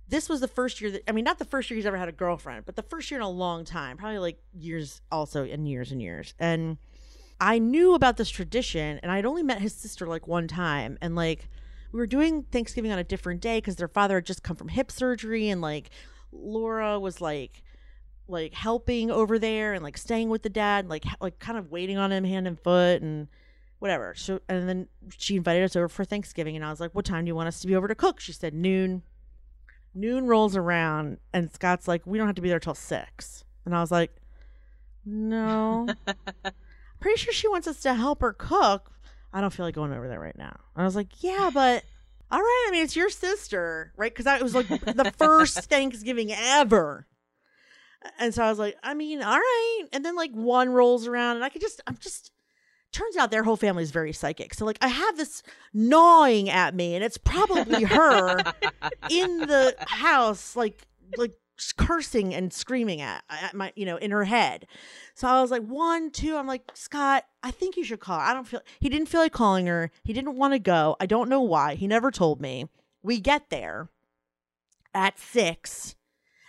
S3: this was the first year that, I mean, not the first year he's ever had a girlfriend, but the first year in a long time, probably like years also, and years and years. And I knew about this tradition, and I'd only met his sister like one time. And like, we were doing Thanksgiving on a different day because their father had just come from hip surgery, and like, Laura was like, like helping over there and like staying with the dad, and, like h- like kind of waiting on him hand and foot and whatever. So and then she invited us over for Thanksgiving, and I was like, "What time do you want us to be over to cook?" She said noon. Noon rolls around, and Scott's like, "We don't have to be there till six. And I was like, "No." pretty sure she wants us to help her cook. I don't feel like going over there right now. And I was like, yeah, but all right. I mean, it's your sister, right? Because it was like the first Thanksgiving ever. And so I was like, I mean, all right. And then like one rolls around, and I could just, I'm just. Turns out their whole family is very psychic. So like, I have this gnawing at me, and it's probably her in the house, like like cursing and screaming at, at my, you know, in her head. So I was like, one, two. I'm like, Scott, I think you should call. I don't feel. He didn't feel like calling her. He didn't want to go. I don't know why. He never told me. We get there at six,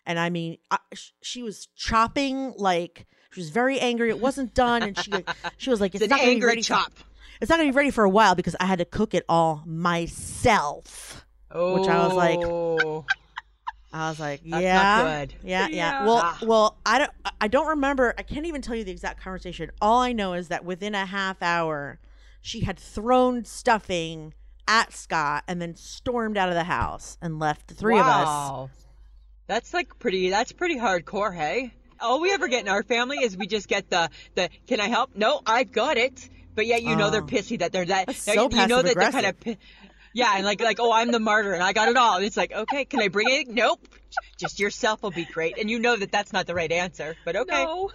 S3: and I mean, I, sh- she was chopping like she was very angry. It wasn't done, and she she was like, it's,
S2: It's an
S3: not gonna be
S2: angry
S3: ready till-
S2: chop.
S3: It's not going to be ready for a while because I had to cook it all myself.
S2: Oh.
S3: Which I was like- I was like,
S2: That's not
S3: yeah,
S2: good.
S3: yeah, yeah,
S1: Yeah.
S3: Well,
S2: Ah.
S3: well, I don't, I don't remember. I can't even tell you the exact conversation. All I know is that within a half hour, she had thrown stuffing at Scott and then stormed out of the house and left the three of us.
S2: Wow. That's like pretty. That's pretty hardcore, hey. All we ever get in our family is we just get the the. Can I help? No, I've got it. But yet you know they're
S3: Oh.
S2: pissy that they're that.
S3: That's
S2: that-
S3: so
S2: you know that they're kind
S3: passive-aggressive.
S2: of. Pi- yeah, and like like oh I'm the martyr and I got it all. And it's like okay, can I bring it? Nope. Just yourself will be great. And you know that that's not the right answer. But okay.
S1: No.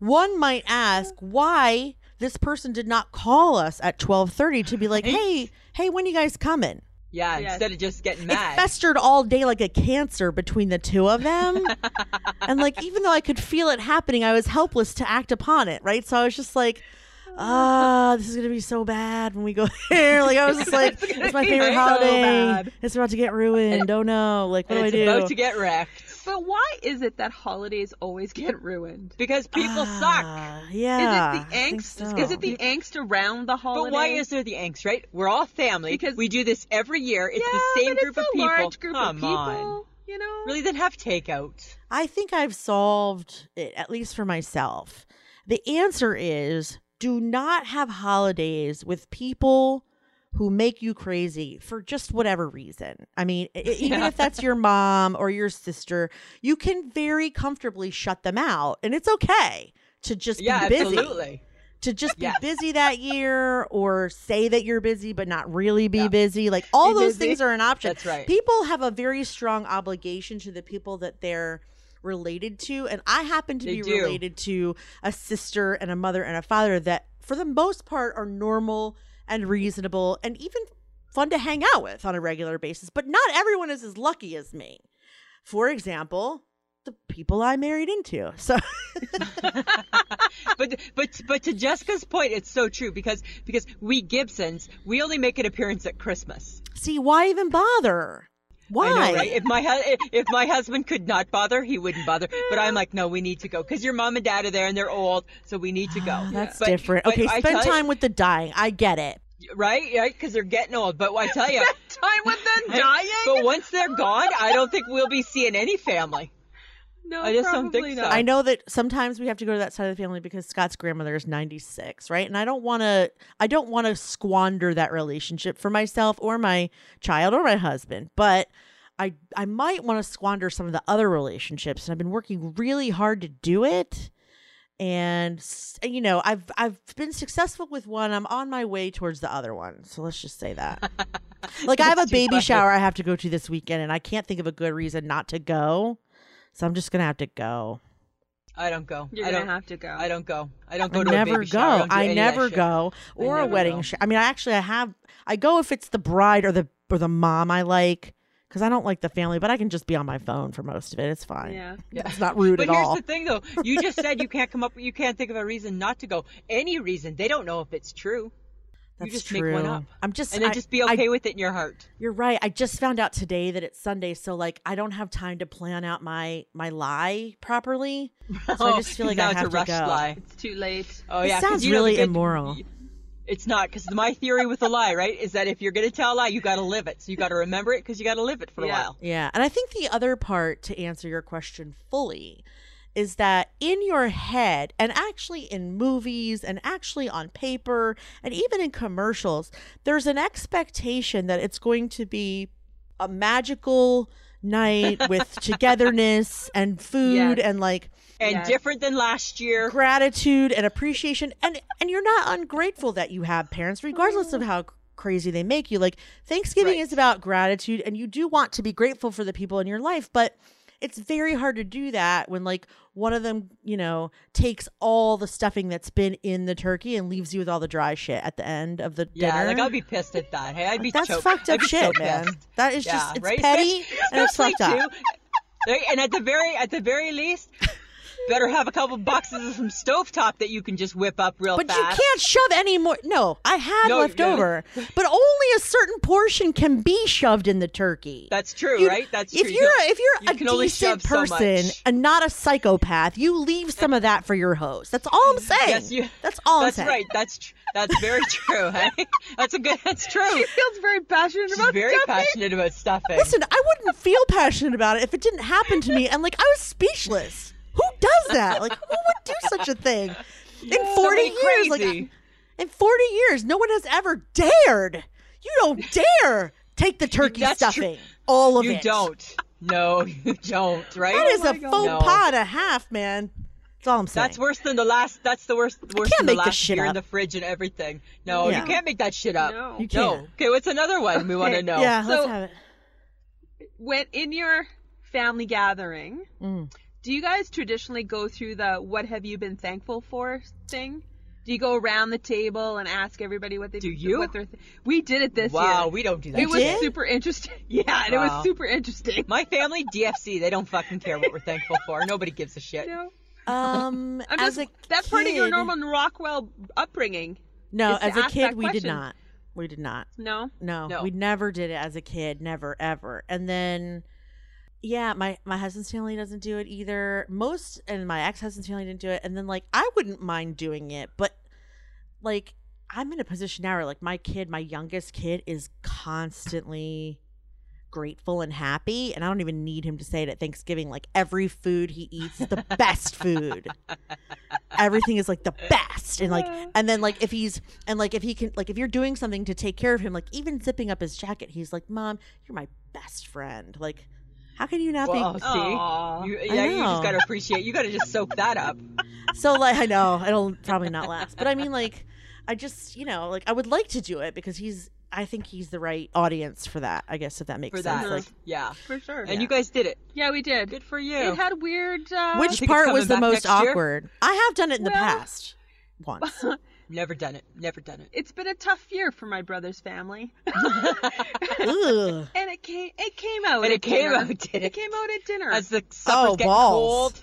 S3: One might ask why this person did not call us at twelve thirty to be like, hey, hey, when you guys coming?
S2: Yeah.
S1: Yes.
S2: Instead of just getting
S3: It
S2: mad.
S3: festered all day like a cancer between the two
S1: <laughs>
S3: of them. and like even though I could feel it happening, I was helpless to act upon it, right? So I was just like, ah, this is gonna be so bad when we go <laughs> there. Like I was just like, it's my
S1: be
S3: favorite
S1: so
S3: holiday.
S1: bad.
S3: it's about to get ruined. Oh no. Like what
S2: and
S3: do I
S2: it's
S3: do?
S2: about to get wrecked
S1: But why is it that holidays always get ruined?
S2: because people suck.
S3: Ah, Yeah.
S1: is it the
S3: I think
S1: angst?
S3: so.
S1: Is it the angst around the holiday?
S2: But why is there the angst, right? We're all family.
S1: Because-
S2: we do this every year. It's
S1: yeah,
S2: the same
S1: but
S2: group
S1: it's
S2: of
S1: a
S2: people.
S1: Large group of
S2: Come
S1: people,
S2: on.
S1: You know.
S2: Really, then have takeout.
S3: I think I've solved it, at least for myself. The answer is do not have holidays with people who make you crazy for just whatever reason. I mean, i- i-
S2: <laughs>
S3: even
S2: Yeah.
S3: if that's your mom or your sister, you can very comfortably shut them out, and it's okay to just
S2: Yeah,
S3: be busy
S2: absolutely. <laughs>
S3: to just be
S2: Yeah.
S3: busy that year or say that you're busy but not really be busy. Like all
S1: Be
S3: those
S1: busy.
S3: things are an option.
S2: That's right.
S3: People have a very strong obligation to the people that they're related to and I happen to
S2: They
S3: be
S2: do.
S3: related to a sister and a mother and a father that for the most part are normal and reasonable and even fun to hang out with on a regular basis, but not everyone is as lucky as me. For example, the people I married into. So <laughs>
S2: but but but to Jessica's point, it's so true because because we Gibsons we only make an appearance at Christmas.
S3: see why even bother? Why?
S2: I know, right? If my hu- if my husband could not bother, he wouldn't bother. But I'm like, no, we need to go because your mom and dad are there and they're old, so we need to go.
S1: <gasps>
S3: Oh, that's
S2: But-
S3: different.
S2: but
S3: Okay,
S2: I
S3: spend
S2: tell you-
S3: time with the dying. I get it.
S2: right, right, because they're getting old. But I
S1: <laughs>
S2: tell you,
S1: <laughs> time with them dying?
S2: but once they're gone, I don't think we'll be seeing any family.
S1: no,
S2: I just don't think
S1: probably
S2: so.
S1: not.
S3: I know that sometimes we have to go to that side of the family because Scott's grandmother is 96, right? And I don't want to I don't want to squander that relationship for myself or my child or my husband, but I I might want to squander some of the other relationships and I've been working really hard to do it. And s- you know, I've I've been successful with one. I'm on my way towards the other one. So let's just say that. like I have a
S2: That's too
S3: baby
S2: funny.
S3: shower I have to go to this weekend and I can't think of a good reason not to go. So I'm just going to have to go.
S2: I don't go.
S1: You're
S2: I
S1: gonna
S2: don't.
S1: have to go.
S2: I don't go. I don't go
S3: I
S2: to a
S3: never
S2: baby
S3: go.
S2: shower. don't do any
S3: I
S2: of that
S3: never
S2: shit.
S3: go or a
S2: never
S3: wedding
S2: go.
S3: shower. I mean, I actually I have I go if it's the bride or the or the mom I like cuz I don't like the family, but I can just be on my phone for most of it. It's fine.
S1: Yeah.
S3: It's not rude
S2: But
S3: at
S2: here's
S3: all.
S2: the thing, though. You just said you can't come up. You can't think of a reason not to go. Any reason. They don't know if it's true,
S3: That's
S2: just make
S3: true.
S2: one up.
S3: I'm just
S2: and then
S3: I-
S2: just be
S3: I-
S2: okay with it in your heart.
S3: You're right. I just found out today that it's Sunday, so like I don't have time to plan out my my lie properly.
S2: <laughs>
S3: So I just feel like
S2: Oh, now
S3: I
S2: it's
S3: have
S2: a rush
S3: to go.
S2: lie.
S1: It's too late.
S2: Oh
S3: It
S2: yeah, 'cause
S3: sounds
S2: you know,
S3: really
S2: because-
S3: immoral.
S2: It's not because my theory with a lie, right, is that if you're gonna tell a lie, you got to live it. So you got to remember it because you got to live it for a
S1: Yeah.
S2: while.
S3: Yeah. And I think the other part to answer your question fully is that in your head, and actually in movies, and actually on paper, and even in commercials, there's an expectation that it's going to be a magical night with togetherness and
S1: Yes.
S3: food and like
S2: And
S1: Yes.
S2: different than last year.
S3: gratitude and appreciation and and you're not ungrateful that you have parents regardless of how crazy they make you like thanksgiving
S2: Mm-hmm. Right.
S3: is about gratitude and you do want to be grateful for the people in your life but it's very hard to do that when like one of them you know takes all the stuffing that's been in the turkey and leaves you with all the dry shit at the end of the
S2: Yeah,
S3: dinner
S2: like I'd be pissed at that. Hey, I'd be
S3: that's
S2: choked.
S3: fucked
S2: I'd
S3: up
S2: be so
S3: shit man
S2: pissed.
S3: that is
S2: Yeah,
S3: just it's
S2: right? <laughs>
S3: petty and it's
S2: Especially
S3: fucked up
S2: too- Right? And at the very at the very least, better have a couple boxes of some stovetop that you can just whip up real
S3: But
S2: fast.
S3: you can't shove any more. No, I had
S2: No,
S3: left
S2: no.
S3: over,
S2: <laughs>
S3: but only a certain portion can be shoved in the turkey.
S2: That's true,
S3: You-
S2: right? That's
S3: if
S2: true.
S3: you're a, if
S2: you
S3: you're
S2: can
S3: a
S2: only shove
S3: decent
S2: so
S3: person
S2: much.
S3: and not a psychopath, you leave some of that for your host. That's all I'm saying.
S2: Yes, you-
S3: That's all I'm
S2: That's
S3: saying.
S2: right. That's tr- That's
S3: <laughs>
S2: very true. honey. That's a good. That's true.
S1: She feels very passionate
S2: She's
S1: about
S2: very
S1: stuffing.
S2: passionate about stuffing.
S3: Listen, I wouldn't feel passionate about it if it didn't happen to me. And like, I was speechless. Who does that? Like, who would do such a thing?
S2: <laughs>
S3: In 40
S2: Somebody
S3: years, like,
S2: crazy.
S3: in 40 years, no one has ever dared. You
S1: <laughs>
S3: don't dare take the turkey
S2: That's true.
S3: stuffing. All of
S2: you
S3: it.
S2: don't. No, <laughs> you don't. Right?
S1: Oh
S3: That is a faux
S2: No.
S3: pas and a half, man. That's all I'm saying.
S2: That's worse than the last. That's the worst. Worse
S3: can't
S2: than the
S3: make this
S2: last
S3: shit
S2: year
S3: up.
S2: in the fridge and everything. No,
S3: Yeah.
S2: you can't make that shit up.
S1: No.
S3: You
S2: No.
S3: can't.
S2: Okay, what's another one we want to know?
S3: Yeah, let's
S1: So-
S3: have it.
S1: When in your family gathering,
S3: Mm.
S1: do you guys traditionally go through the "What have you been thankful for" thing? Do you go around the table and ask everybody what they
S2: Do you?
S1: What they're th- we did it this year.
S2: Wow, we don't do that.
S1: it was
S2: shit.
S3: did?
S1: super interesting. <laughs> Yeah, and it
S2: Wow.
S1: was super interesting.
S2: My family, DFC, they don't fucking care what we're thankful for. Nobody gives a shit.
S1: <laughs> You know?
S3: Um,
S1: <laughs> I'm
S3: as
S1: just,
S3: a
S1: that's part of your
S3: kid-
S1: normal Rockwell upbringing.
S3: No,
S1: is to
S3: as a
S1: ask
S3: kid,
S1: that
S3: we did
S1: question.
S3: not. We did not.
S1: No,
S3: No,
S2: No.
S3: we never did it as a kid. Never, ever. And then, yeah, my my husband's family doesn't do it either. Most and my ex husband's family didn't do it. And then, like, I wouldn't mind doing it, but like, I'm in a position now where, like, my kid, my youngest kid, is constantly grateful and happy and i don't even need him to say it at thanksgiving like every food he eats is the best food everything is like the best and like
S1: Yeah.
S3: and then like if he's and like if he can like if you're doing something to take care of him like even zipping up his jacket he's like mom you're my best friend like how can you not
S2: Well,
S3: be
S1: Aw.
S2: see, you, yeah, you
S3: know.
S2: just gotta appreciate. You gotta just soak that up.
S3: so like i know it'll probably not last but i mean like i just you know like i would like to do it because he's i think he's the right audience for that i guess if that makes
S2: for
S3: sense
S2: that.
S3: like
S2: yeah.
S1: for sure.
S2: And you guys did it.
S1: yeah, we did.
S2: Good for you.
S1: It had weird. Uh,
S2: I
S3: which
S2: think it's
S3: part
S2: coming
S3: was the
S2: back
S3: most
S2: next year.
S3: awkward i have done it in the
S1: Well-
S2: <laughs>
S3: past once
S2: Never done it. Never done it.
S1: it's been a tough year for my brother's family,
S2: <laughs>
S3: Ugh.
S1: and it came. Oh, It came out.
S2: And
S1: at
S2: it came
S1: dinner.
S2: out, did
S1: It
S2: it?
S1: came out at dinner.
S2: As the supper's
S3: Oh,
S2: getting
S3: balls.
S2: cold.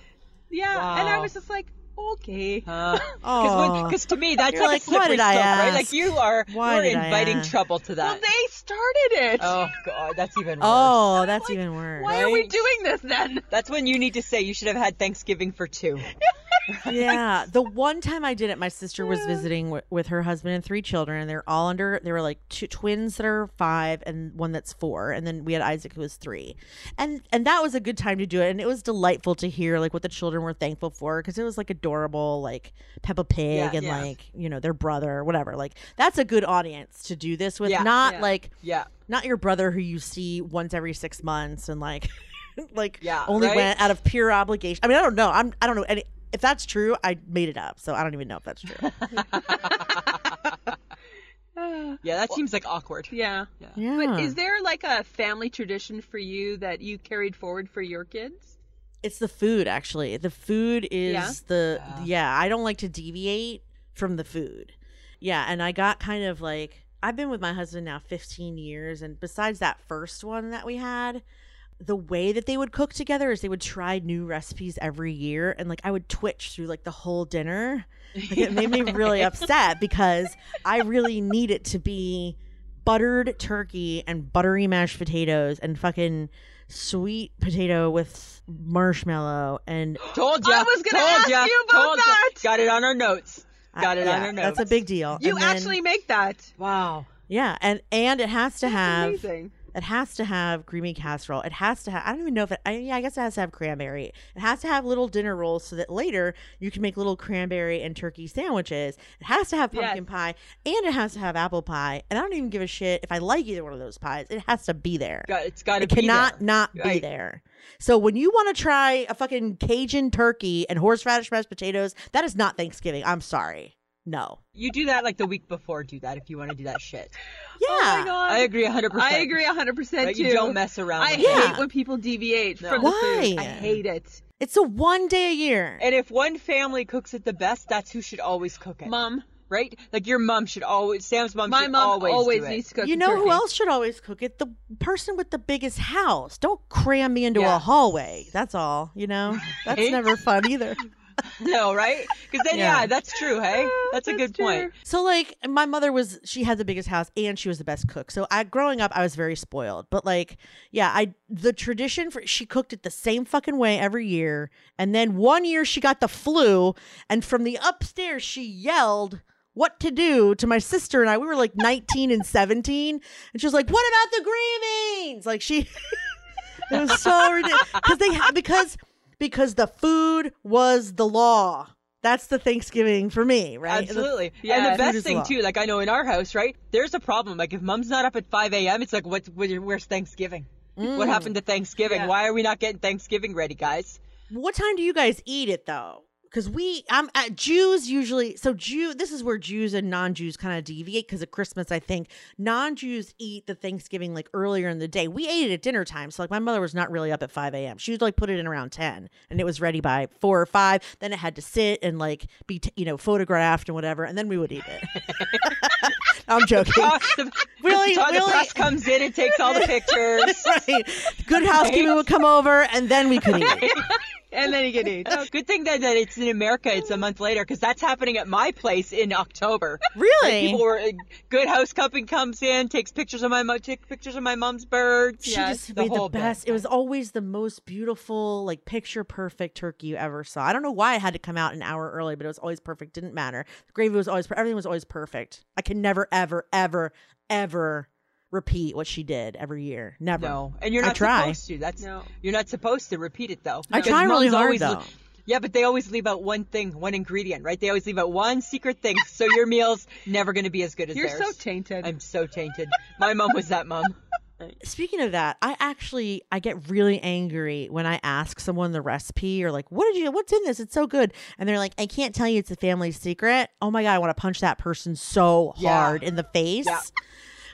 S1: yeah, and I
S2: Wow.
S1: was just like, okay.
S3: <laughs> Aw.
S2: Because to me, Oh. that's
S3: You're
S2: like,
S3: like,
S2: a
S3: "Why
S2: slippery
S3: did I
S2: slope, right?
S3: ask?
S2: Like you are
S3: Why
S2: you're
S3: did I
S2: inviting
S3: ask?
S2: trouble to
S1: well,
S2: that.
S1: they started it.
S2: oh god, that's even <laughs> worse.
S3: oh that's
S1: like,
S3: even worse
S1: Why are we
S2: right?
S1: doing this then? <sighs>
S2: That's when you need to say you should have had Thanksgiving for two. <laughs>
S3: yeah the one time i did it my sister was visiting w- with her husband and three children and they're all under they were like two twins that are five and one that's four and then we had isaac who was three and and that was a good time to do it and it was delightful to hear like what the children were thankful for because it was like adorable like peppa pig
S2: Yeah,
S3: and
S2: yeah.
S3: like you know their brother or whatever like that's a good audience to do this with
S2: Yeah,
S3: not
S1: yeah.
S3: like
S2: Yeah.
S3: not your brother who you see once every six months and like <laughs> like
S2: Yeah,
S3: only
S2: right?
S3: went out of pure obligation i mean i don't know i'm i don't know any if that's true i made it up so i don't even know if that's true
S1: Uh,
S2: Yeah, that seems like awkward.
S1: yeah.
S3: yeah
S2: Hmm.
S1: But is there like a family tradition for you that you carried forward for your kids?
S3: it's the food actually the food is
S1: Yeah?
S3: the yeah.
S2: Yeah.
S3: i don't like to deviate from the food yeah and i got kind of like i've been with my husband now 15 years and besides that first one that we had the way that they would cook together is they would try new recipes every year and like i would twitch through like the whole dinner like, it made me really upset because i really need it to be buttered turkey and buttery mashed potatoes and fucking sweet potato with marshmallow and
S2: Told you.
S1: I was gonna
S2: told
S1: ask
S2: ya,
S1: you about
S2: told ya.
S1: that.
S2: Got it on our notes. Got it
S3: yeah,
S2: on our notes.
S3: That's a big deal.
S1: You
S3: And then-
S1: actually make that.
S2: Wow.
S3: yeah, and and it has to
S1: That's
S3: have
S1: amazing.
S3: it has to have green bean casserole. It has to have I don't even know if it I, yeah I guess it has to have cranberry. It has to have little dinner rolls so that later you can make little cranberry and turkey sandwiches. It has to have pumpkin
S1: Yes.
S3: pie and it has to have apple pie. And I don't even give a shit if I like either one of those pies. It has to be there.
S2: Got, it's got to
S3: It
S2: be
S3: cannot
S2: there.
S3: not be
S2: Right.
S3: there. So when you want to try a fucking Cajun turkey and horseradish mashed potatoes, that is not Thanksgiving. I'm sorry. No.
S2: You do that like the week before. Do that if you want to do that shit.
S3: Yeah.
S1: Oh my god.
S2: I agree 100. percent
S1: I agree 100%
S2: But
S1: too.
S2: you don't mess around.
S1: I
S2: with
S3: Yeah.
S2: it.
S1: hate when people deviate
S2: No.
S1: from the food.
S3: Why?
S1: I hate it.
S3: It's a one day a year.
S2: And if one family cooks it the best, that's who should always cook it.
S1: Mom,
S2: right? Like your mom should always. Sam's mom.
S1: my
S2: should
S1: mom
S2: always,
S1: always,
S2: do it.
S1: needs
S2: <laughs>
S1: to cook.
S3: you know
S1: turkey.
S3: who else should always cook it? The person with the biggest house. Don't cram me into a
S2: Yeah.
S3: hallway. That's all. You know? That's
S2: Right?
S3: never fun either.
S2: No, right? Because then,
S3: Yeah.
S2: yeah. that's true.
S1: <laughs>
S2: Hey, that's a good
S1: true.
S2: point.
S3: So like my mother was she had the biggest house and she was the best cook. So I growing up I was very spoiled. But like yeah, I the tradition for she cooked it the same fucking way every year. And then one year she got the flu and from the upstairs she yelled what to do to my sister and I. We were like 19 and 17. And she was like, What about the grievings? Like she <laughs> it was so ridiculous. Because they ha- because because the food was the law. That's the Thanksgiving for me, right?
S2: Absolutely.
S1: Yeah,
S2: and
S1: food
S2: the best
S3: is
S2: thing
S3: law.
S2: too, like I know in our house, right? There's a problem. Like if mom's not up at 5 a.m., it's like, what? what- Where's Thanksgiving?
S3: Mm.
S2: What happened to Thanksgiving?
S1: Yeah.
S2: Why are we not getting Thanksgiving ready,
S3: <laughs>
S2: guys?
S3: What time do you guys eat it though? Because we, I'm at Jews usually. So Jew, this is where Jews and non-Jews kind of deviate. Because at Christmas, I think non-Jews eat the Thanksgiving like earlier in the day. We ate it at dinner time. So like my mother was not really up at five a.m. She would like put it in around ten, and it was ready by four or five. Then it had to sit and like be t- you know photographed and whatever, and then we would eat it. <laughs> I'm
S2: <laughs>
S3: joking.
S2: Cost of-
S3: Really,
S2: the
S3: really-
S2: press comes in and takes
S3: <laughs>
S2: all the pictures,
S3: right. Good housekeeping would come over, and then we could eat. it.
S2: and then you can eat.
S3: <laughs>
S2: Oh, good thing that, that it's in America. It's a month later because that's happening at my place in October.
S3: Really?
S2: People were good housekeeping comes in, takes pictures of my mo- take pictures of my mom's birds.
S3: She
S2: Yes,
S3: just made the,
S2: whole bit.
S3: best. It was always the most beautiful, like picture perfect turkey you ever saw. I don't know why it had to come out an hour early, but it was always perfect. Didn't matter. The gravy was always per- everything was always perfect. I can never, ever, ever, ever repeat what she did every year. Never.
S2: No, and you're
S3: I
S2: not
S3: try.
S2: supposed to. That's
S1: No.
S2: you're not supposed to repeat it though.
S3: I
S2: Because
S3: try really
S2: moms
S3: hard,
S2: always
S3: though.
S2: yeah, but they always leave out one thing, one ingredient, right? They always leave out one secret
S3: <laughs>
S2: thing, so your meal's never going to be as good as
S1: You're
S2: theirs.
S1: so tainted.
S2: I'm so tainted. My mom was that mom.
S3: Speaking of that, I actually I get really angry when I ask someone the recipe or like, what did you what's in this? It's so good. And they're like, I can't tell you it's a family secret. Oh my god, I want to punch that person so
S2: Yeah.
S3: hard in the face.
S2: Yeah.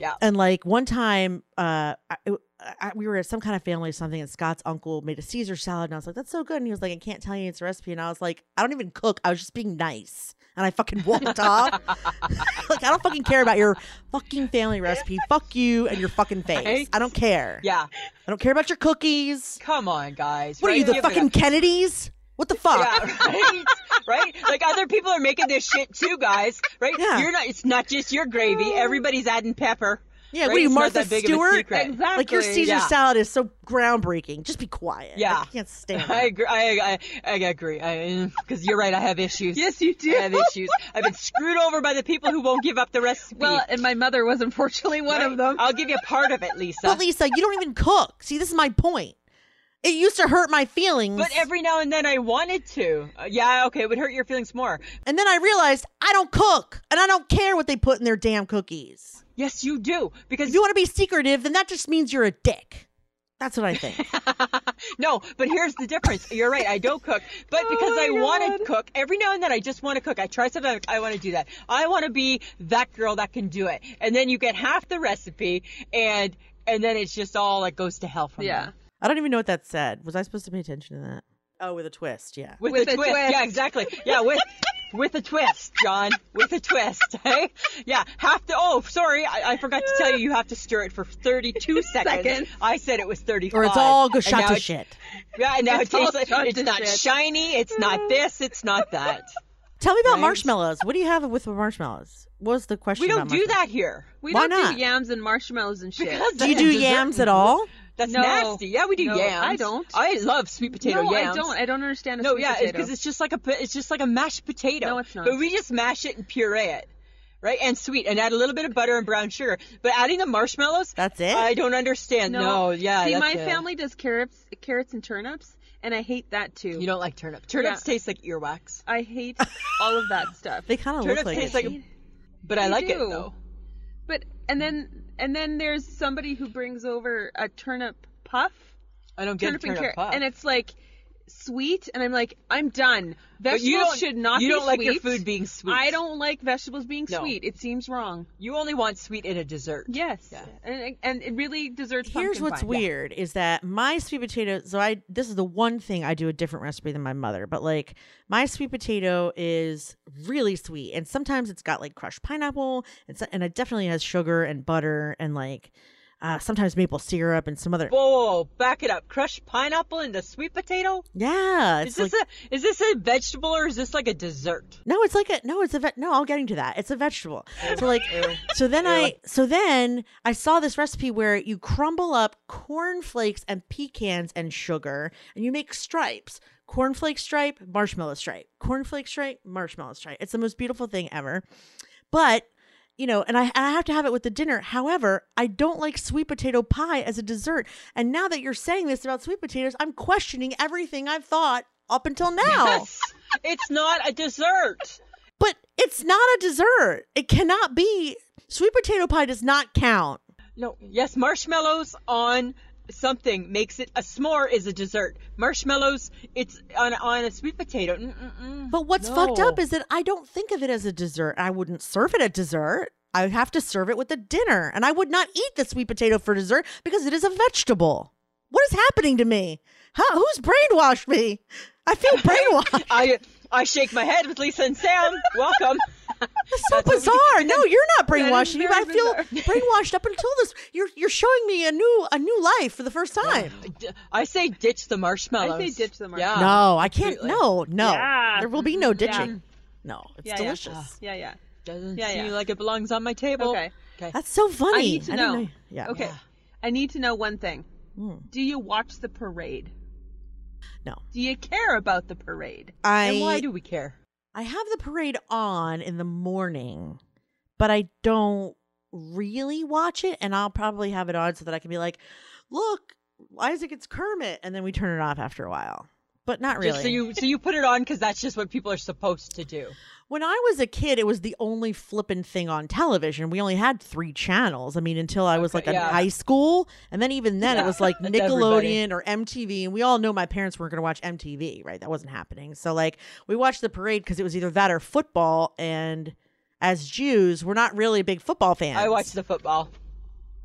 S2: Yeah.
S3: And like one time, uh, I, I, we were at some kind of family or something, and Scott's uncle made a Caesar salad, and I was like, "That's so good," and he was like, "I can't tell you it's a recipe," and I was like, "I don't even cook. I was just being nice." And I fucking
S2: <laughs>
S3: walked off. <laughs> like, I don't fucking care about your fucking family recipe. Fuck you and your fucking face.
S2: Right?
S3: I don't care.
S2: Yeah,
S3: I don't care about your cookies.
S2: come on, guys.
S3: What are
S2: right?
S3: you, the
S2: Give it
S3: fucking
S2: up.
S3: Kennedys? What the fuck?
S2: Yeah, <laughs> right, right. Like other people are making this shit too, guys. Right?
S3: Yeah.
S2: You're not. It's not just your
S1: Oh.
S2: gravy. Everybody's adding pepper.
S3: Yeah,
S2: right?
S3: what are you,
S2: It's not
S3: Martha
S2: that big of a
S3: Stewart?
S2: secret.
S1: Exactly.
S3: Like your Caesar
S2: yeah.
S3: salad is so groundbreaking. Just be quiet. Like,
S2: Yeah.
S3: I can't stand
S2: <laughs>
S3: it.
S2: I agree. I, I, I agree. Because you're right. I <laughs> have issues.
S1: Yes, you do.
S2: I have
S1: <laughs>
S2: issues. I've been screwed over by the people who won't give up the recipe.
S1: Well, and my mother was unfortunately one of
S2: Right?
S1: them.
S2: I'll give you part of it, Lisa.
S3: But Lisa, you don't even cook. See, this is my point. It used to hurt my feelings,
S2: but every now and then I wanted to. Uh, yeah, okay, it would hurt your feelings more.
S3: and then I realized I don't cook, and I don't care what they put in their damn cookies.
S2: Yes, you do. Because
S3: If you want to be secretive, then that just means you're a dick. That's what I
S2: <laughs>
S3: think.
S2: <laughs> no, but here's the difference. You're right. I don't cook, but
S1: Oh
S2: because I want to cook, every now and then I just want to cook. I try something. like, I want to do that. I want to be that girl that can do it. And then you get half the recipe, and and then it's just all like goes to hell from
S1: Yeah.
S2: there.
S3: I don't even know what that said. Was I supposed to pay attention to that? Oh, with a twist, yeah.
S2: with,
S1: With
S2: a,
S1: a
S2: twist.
S1: twist.
S2: Yeah, exactly. Yeah, with with a twist, John. With a twist. <laughs> Hey? Yeah, have to. Oh, sorry, I, I forgot to tell you. You have to stir it for 32 seconds.
S1: <laughs> Seconds.
S2: I said it was 35.
S3: Or it's all go
S2: And
S3: shot
S2: now
S3: to
S2: it-
S3: shit.
S2: Yeah, and now
S1: It's
S2: it tastes
S1: all
S2: like
S1: shot
S2: it's
S1: to
S2: not
S1: shit.
S2: shiny.
S1: <laughs>
S2: It's not this. It's not that.
S3: <laughs> Tell me about
S2: Right?
S3: marshmallows. What do you have with marshmallows? What was the question?
S2: We don't
S3: about
S2: do
S3: marshmallows?
S2: that here.
S1: We
S3: Why
S1: don't
S3: not?
S1: do yams and marshmallows and shit.
S2: Because
S3: Do you
S2: that's
S3: do
S2: dessert.
S3: yams
S2: <laughs>
S3: at all?
S2: That's
S1: No.
S2: nasty. Yeah, we do
S1: No,
S2: yams.
S1: I don't.
S2: I love sweet potato
S1: no,
S2: yams.
S1: I don't. I don't understand. A
S2: No,
S1: sweet
S2: yeah,
S1: potato.
S2: because it's just like a po- it's just like a mashed potato.
S1: No, it's not.
S2: But we just mash it and puree it, right? And sweet, and add a little bit of butter and brown sugar. But adding the marshmallows,
S3: That's it?
S2: I don't understand. No, yeah.
S1: See,
S2: that's
S1: my
S2: a-
S1: family does carrots, carrots and turnips, and I hate that too.
S2: You don't like turnip. Turnips
S1: Yeah.
S2: taste like earwax.
S1: I hate all of that
S2: <laughs>
S1: stuff.
S3: They kind of look
S2: Turnips
S3: like it.
S2: taste like, but I
S1: They
S2: like it
S1: do.
S2: though.
S1: But and then and then there's somebody who brings over a turnip puff,
S2: I don't get
S1: turnip, and
S2: turnip
S1: carrot,
S2: puff.
S1: and it's like sweet, and I'm like, I'm done.
S2: But
S1: Vegetables
S2: you don't,
S1: should not.
S2: You
S1: be
S2: don't like your
S1: sweet.
S2: food being sweet.
S1: I don't like vegetables being
S2: No.
S1: sweet. It seems wrong.
S2: You only want sweet in a dessert.
S1: Yes,
S2: Yeah.
S1: and and it really deserves.
S3: Here's
S1: pumpkin
S3: what's
S1: pie.
S3: weird is that my sweet potato. So I this is the one thing I do a different recipe than my mother, but like my sweet potato is really sweet, and sometimes it's got like crushed pineapple, and so, and it definitely has sugar and butter and like uh, sometimes maple syrup and some other.
S2: Whoa, whoa, whoa, back it up. Crushed pineapple into sweet potato.
S3: Yeah,
S2: Is
S3: it's
S2: this
S3: like,
S2: a is this a vegetable or is this like a dessert?
S3: no, it's like a no, it's a ve- no. I'm getting to that. It's a vegetable. So like, so then I so then I saw this recipe where you crumble up cornflakes and pecans and sugar, and you make stripes. Cornflake stripe, marshmallow stripe. Cornflake stripe, marshmallow stripe. It's the most beautiful thing ever. But you know, and I, and I have to have it with the dinner. However, I don't like sweet potato pie as a dessert. And now that you're saying this about sweet potatoes, I'm questioning everything I've thought up until now.
S2: <laughs> it's not a dessert.
S3: But it's not a dessert. It cannot be. Sweet potato pie does not count.
S2: No, yes, marshmallows on something makes it a s'more is a dessert. Marshmallows, it's on on a sweet potato. Mm-mm-mm.
S3: But what's fucked up
S2: No.
S3: is that I don't think of it as a dessert. I wouldn't serve it at dessert. I would have to serve it with a dinner. And I would not eat the sweet potato for dessert because it is a vegetable. What is happening to me? Huh? Who's brainwashed me?
S2: <laughs>
S3: I feel brainwashed.
S2: I I shake my head with Lisa and Sam. <laughs> Welcome.
S3: It's so
S2: That's what we
S3: bizarre.
S2: do.
S3: No, you're not
S2: is
S3: brainwashing me. But I
S2: very
S3: feel
S2: bizarre. <laughs>
S3: brainwashed up until this. You're you're showing me a new a new life for the first time.
S2: D- I say ditch the marshmallows.
S1: I say ditch the
S2: Yeah.
S1: marshmallows.
S3: No, I can't.
S2: Completely.
S3: No, no.
S1: Yeah. Mm-hmm.
S3: There will be no
S1: Yeah.
S3: ditching. No, it's
S1: Yeah, Ah. yeah.
S3: delicious.
S1: Yeah, yeah.
S2: Doesn't
S1: Yeah,
S2: seem
S1: yeah.
S2: like it belongs on my table.
S1: Okay.
S2: Okay.
S3: That's so funny.
S1: I need to
S3: didn't
S1: know.
S3: Yeah.
S1: Okay.
S2: Yeah.
S1: I need to know one thing.
S3: Mm.
S1: Do you watch the parade?
S3: No.
S1: Do you care about the parade?
S3: I
S2: and why do we care?
S3: I have the parade on in the morning, but I don't really watch it, and I'll probably have it on so that I can be like, "Look, Isaac, it's Kermit," and then we turn it off after a while. But not really.
S2: Just so you so you put it on because that's just what people are supposed to do.
S3: When I was a kid, it was the only flippin' thing on television. We only had three channels. I mean, until I was like in
S2: yeah.
S3: high school, and then even then, it was like
S2: <laughs> That's everybody.
S3: Nickelodeon or MTV. And we all know my parents weren't going to watch MTV, right? That wasn't happening. So like, we watched the parade because it was either that or football. And as Jews, we're not really big football fans.
S2: I watch the football.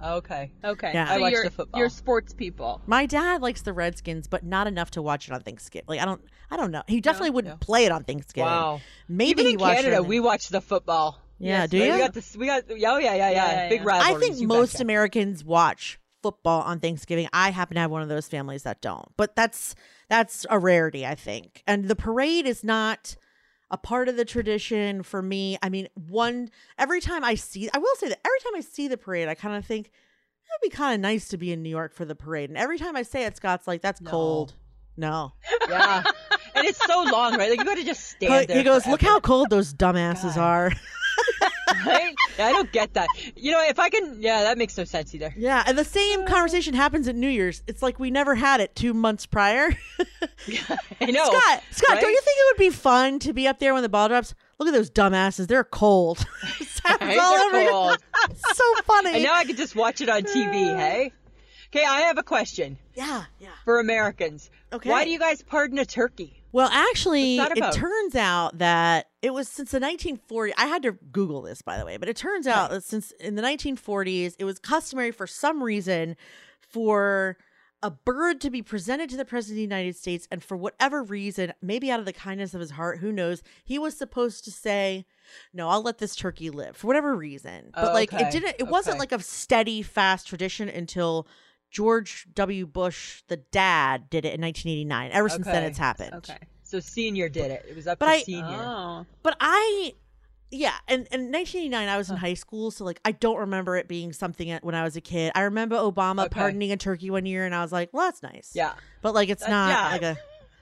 S2: Okay.
S1: Okay.
S3: Yeah.
S1: So
S2: I watch
S1: you're,
S2: the football.
S1: You're sports people.
S3: My dad likes the Redskins, but not enough to watch it on Thanksgiving. Like I don't, I don't know. He definitely wouldn't play it on Thanksgiving.
S2: Wow.
S3: Maybe
S2: Even
S3: he
S2: in
S3: watched it.
S2: Canada,
S3: on-
S2: we watch the football.
S3: yeah.
S1: Yes,
S3: do
S1: but
S3: you?
S2: We got this. We got. Yeah, oh yeah, yeah, yeah.
S1: Yeah, yeah,
S2: Big
S1: yeah.
S2: rivalries.
S3: I think
S2: you
S3: most
S2: betcha.
S3: Americans watch football on Thanksgiving. I happen to have one of those families that don't, but that's that's a rarity, I think. And the parade is not a part of the tradition for me. I mean, one every time I see, I will say that every time I see the parade, I kind of think it'd be kind of nice to be in New York for the parade. And every time I say it, Scott's like, "That's cold." No, <laughs>
S2: Yeah. and it's so long, right? Like you got to just stand there.
S3: he goes, "Look
S2: forever,
S3: how cold those dumbasses
S2: God.
S3: are." <laughs>
S2: right? Yeah, I don't get that. You know, if I can, yeah, that makes no sense either.
S3: Yeah, and
S2: <laughs>
S3: the same conversation happens at New Year's. It's like we never had it two months prior. <laughs>
S2: I know.
S3: Scott, Scott, don't
S2: Oh, right?
S3: you think it would be fun to be up there when the ball drops? Look at those dumbasses. They're cold. <laughs> It's
S2: <laughs> Right?
S3: all
S2: They're
S3: over your-
S2: cold.
S3: It's <laughs> so funny.
S2: And now I can just watch it on
S3: <laughs>
S2: TV. Hey. Okay, I have a question
S3: Yeah, yeah.
S2: for Americans.
S3: Okay.
S2: Why do you guys pardon a turkey?
S3: Well, actually,
S2: What's that
S3: it
S2: about?
S3: turns out that it was since the 1940s. I had to Google this, by the way, but it turns out that since in the 1940s, it was customary for some reason for a bird to be presented to the president of the United States, and for whatever reason, maybe out of the kindness of his heart, who knows, he was supposed to say, "No, I'll let this turkey live," for whatever reason. But
S2: Oh,
S3: like,
S2: okay.
S3: it didn't. It wasn't
S2: Okay.
S3: like a steady, fast tradition until. George W. Bush, the dad, did it in 1989. Ever since then,
S2: Okay.
S3: it's happened.
S1: Okay.
S2: So senior did it. It was up
S3: But
S2: to
S3: I-
S2: senior.
S1: Oh.
S3: But I, yeah, and and 1989, I was in high school, so like I don't remember it being something at- when I was a kid. I remember Obama
S2: Okay.
S3: pardoning a turkey one year, and I was like, well, that's nice.
S2: Yeah.
S3: but like it's
S2: That's-
S3: not
S2: yeah.
S3: like a.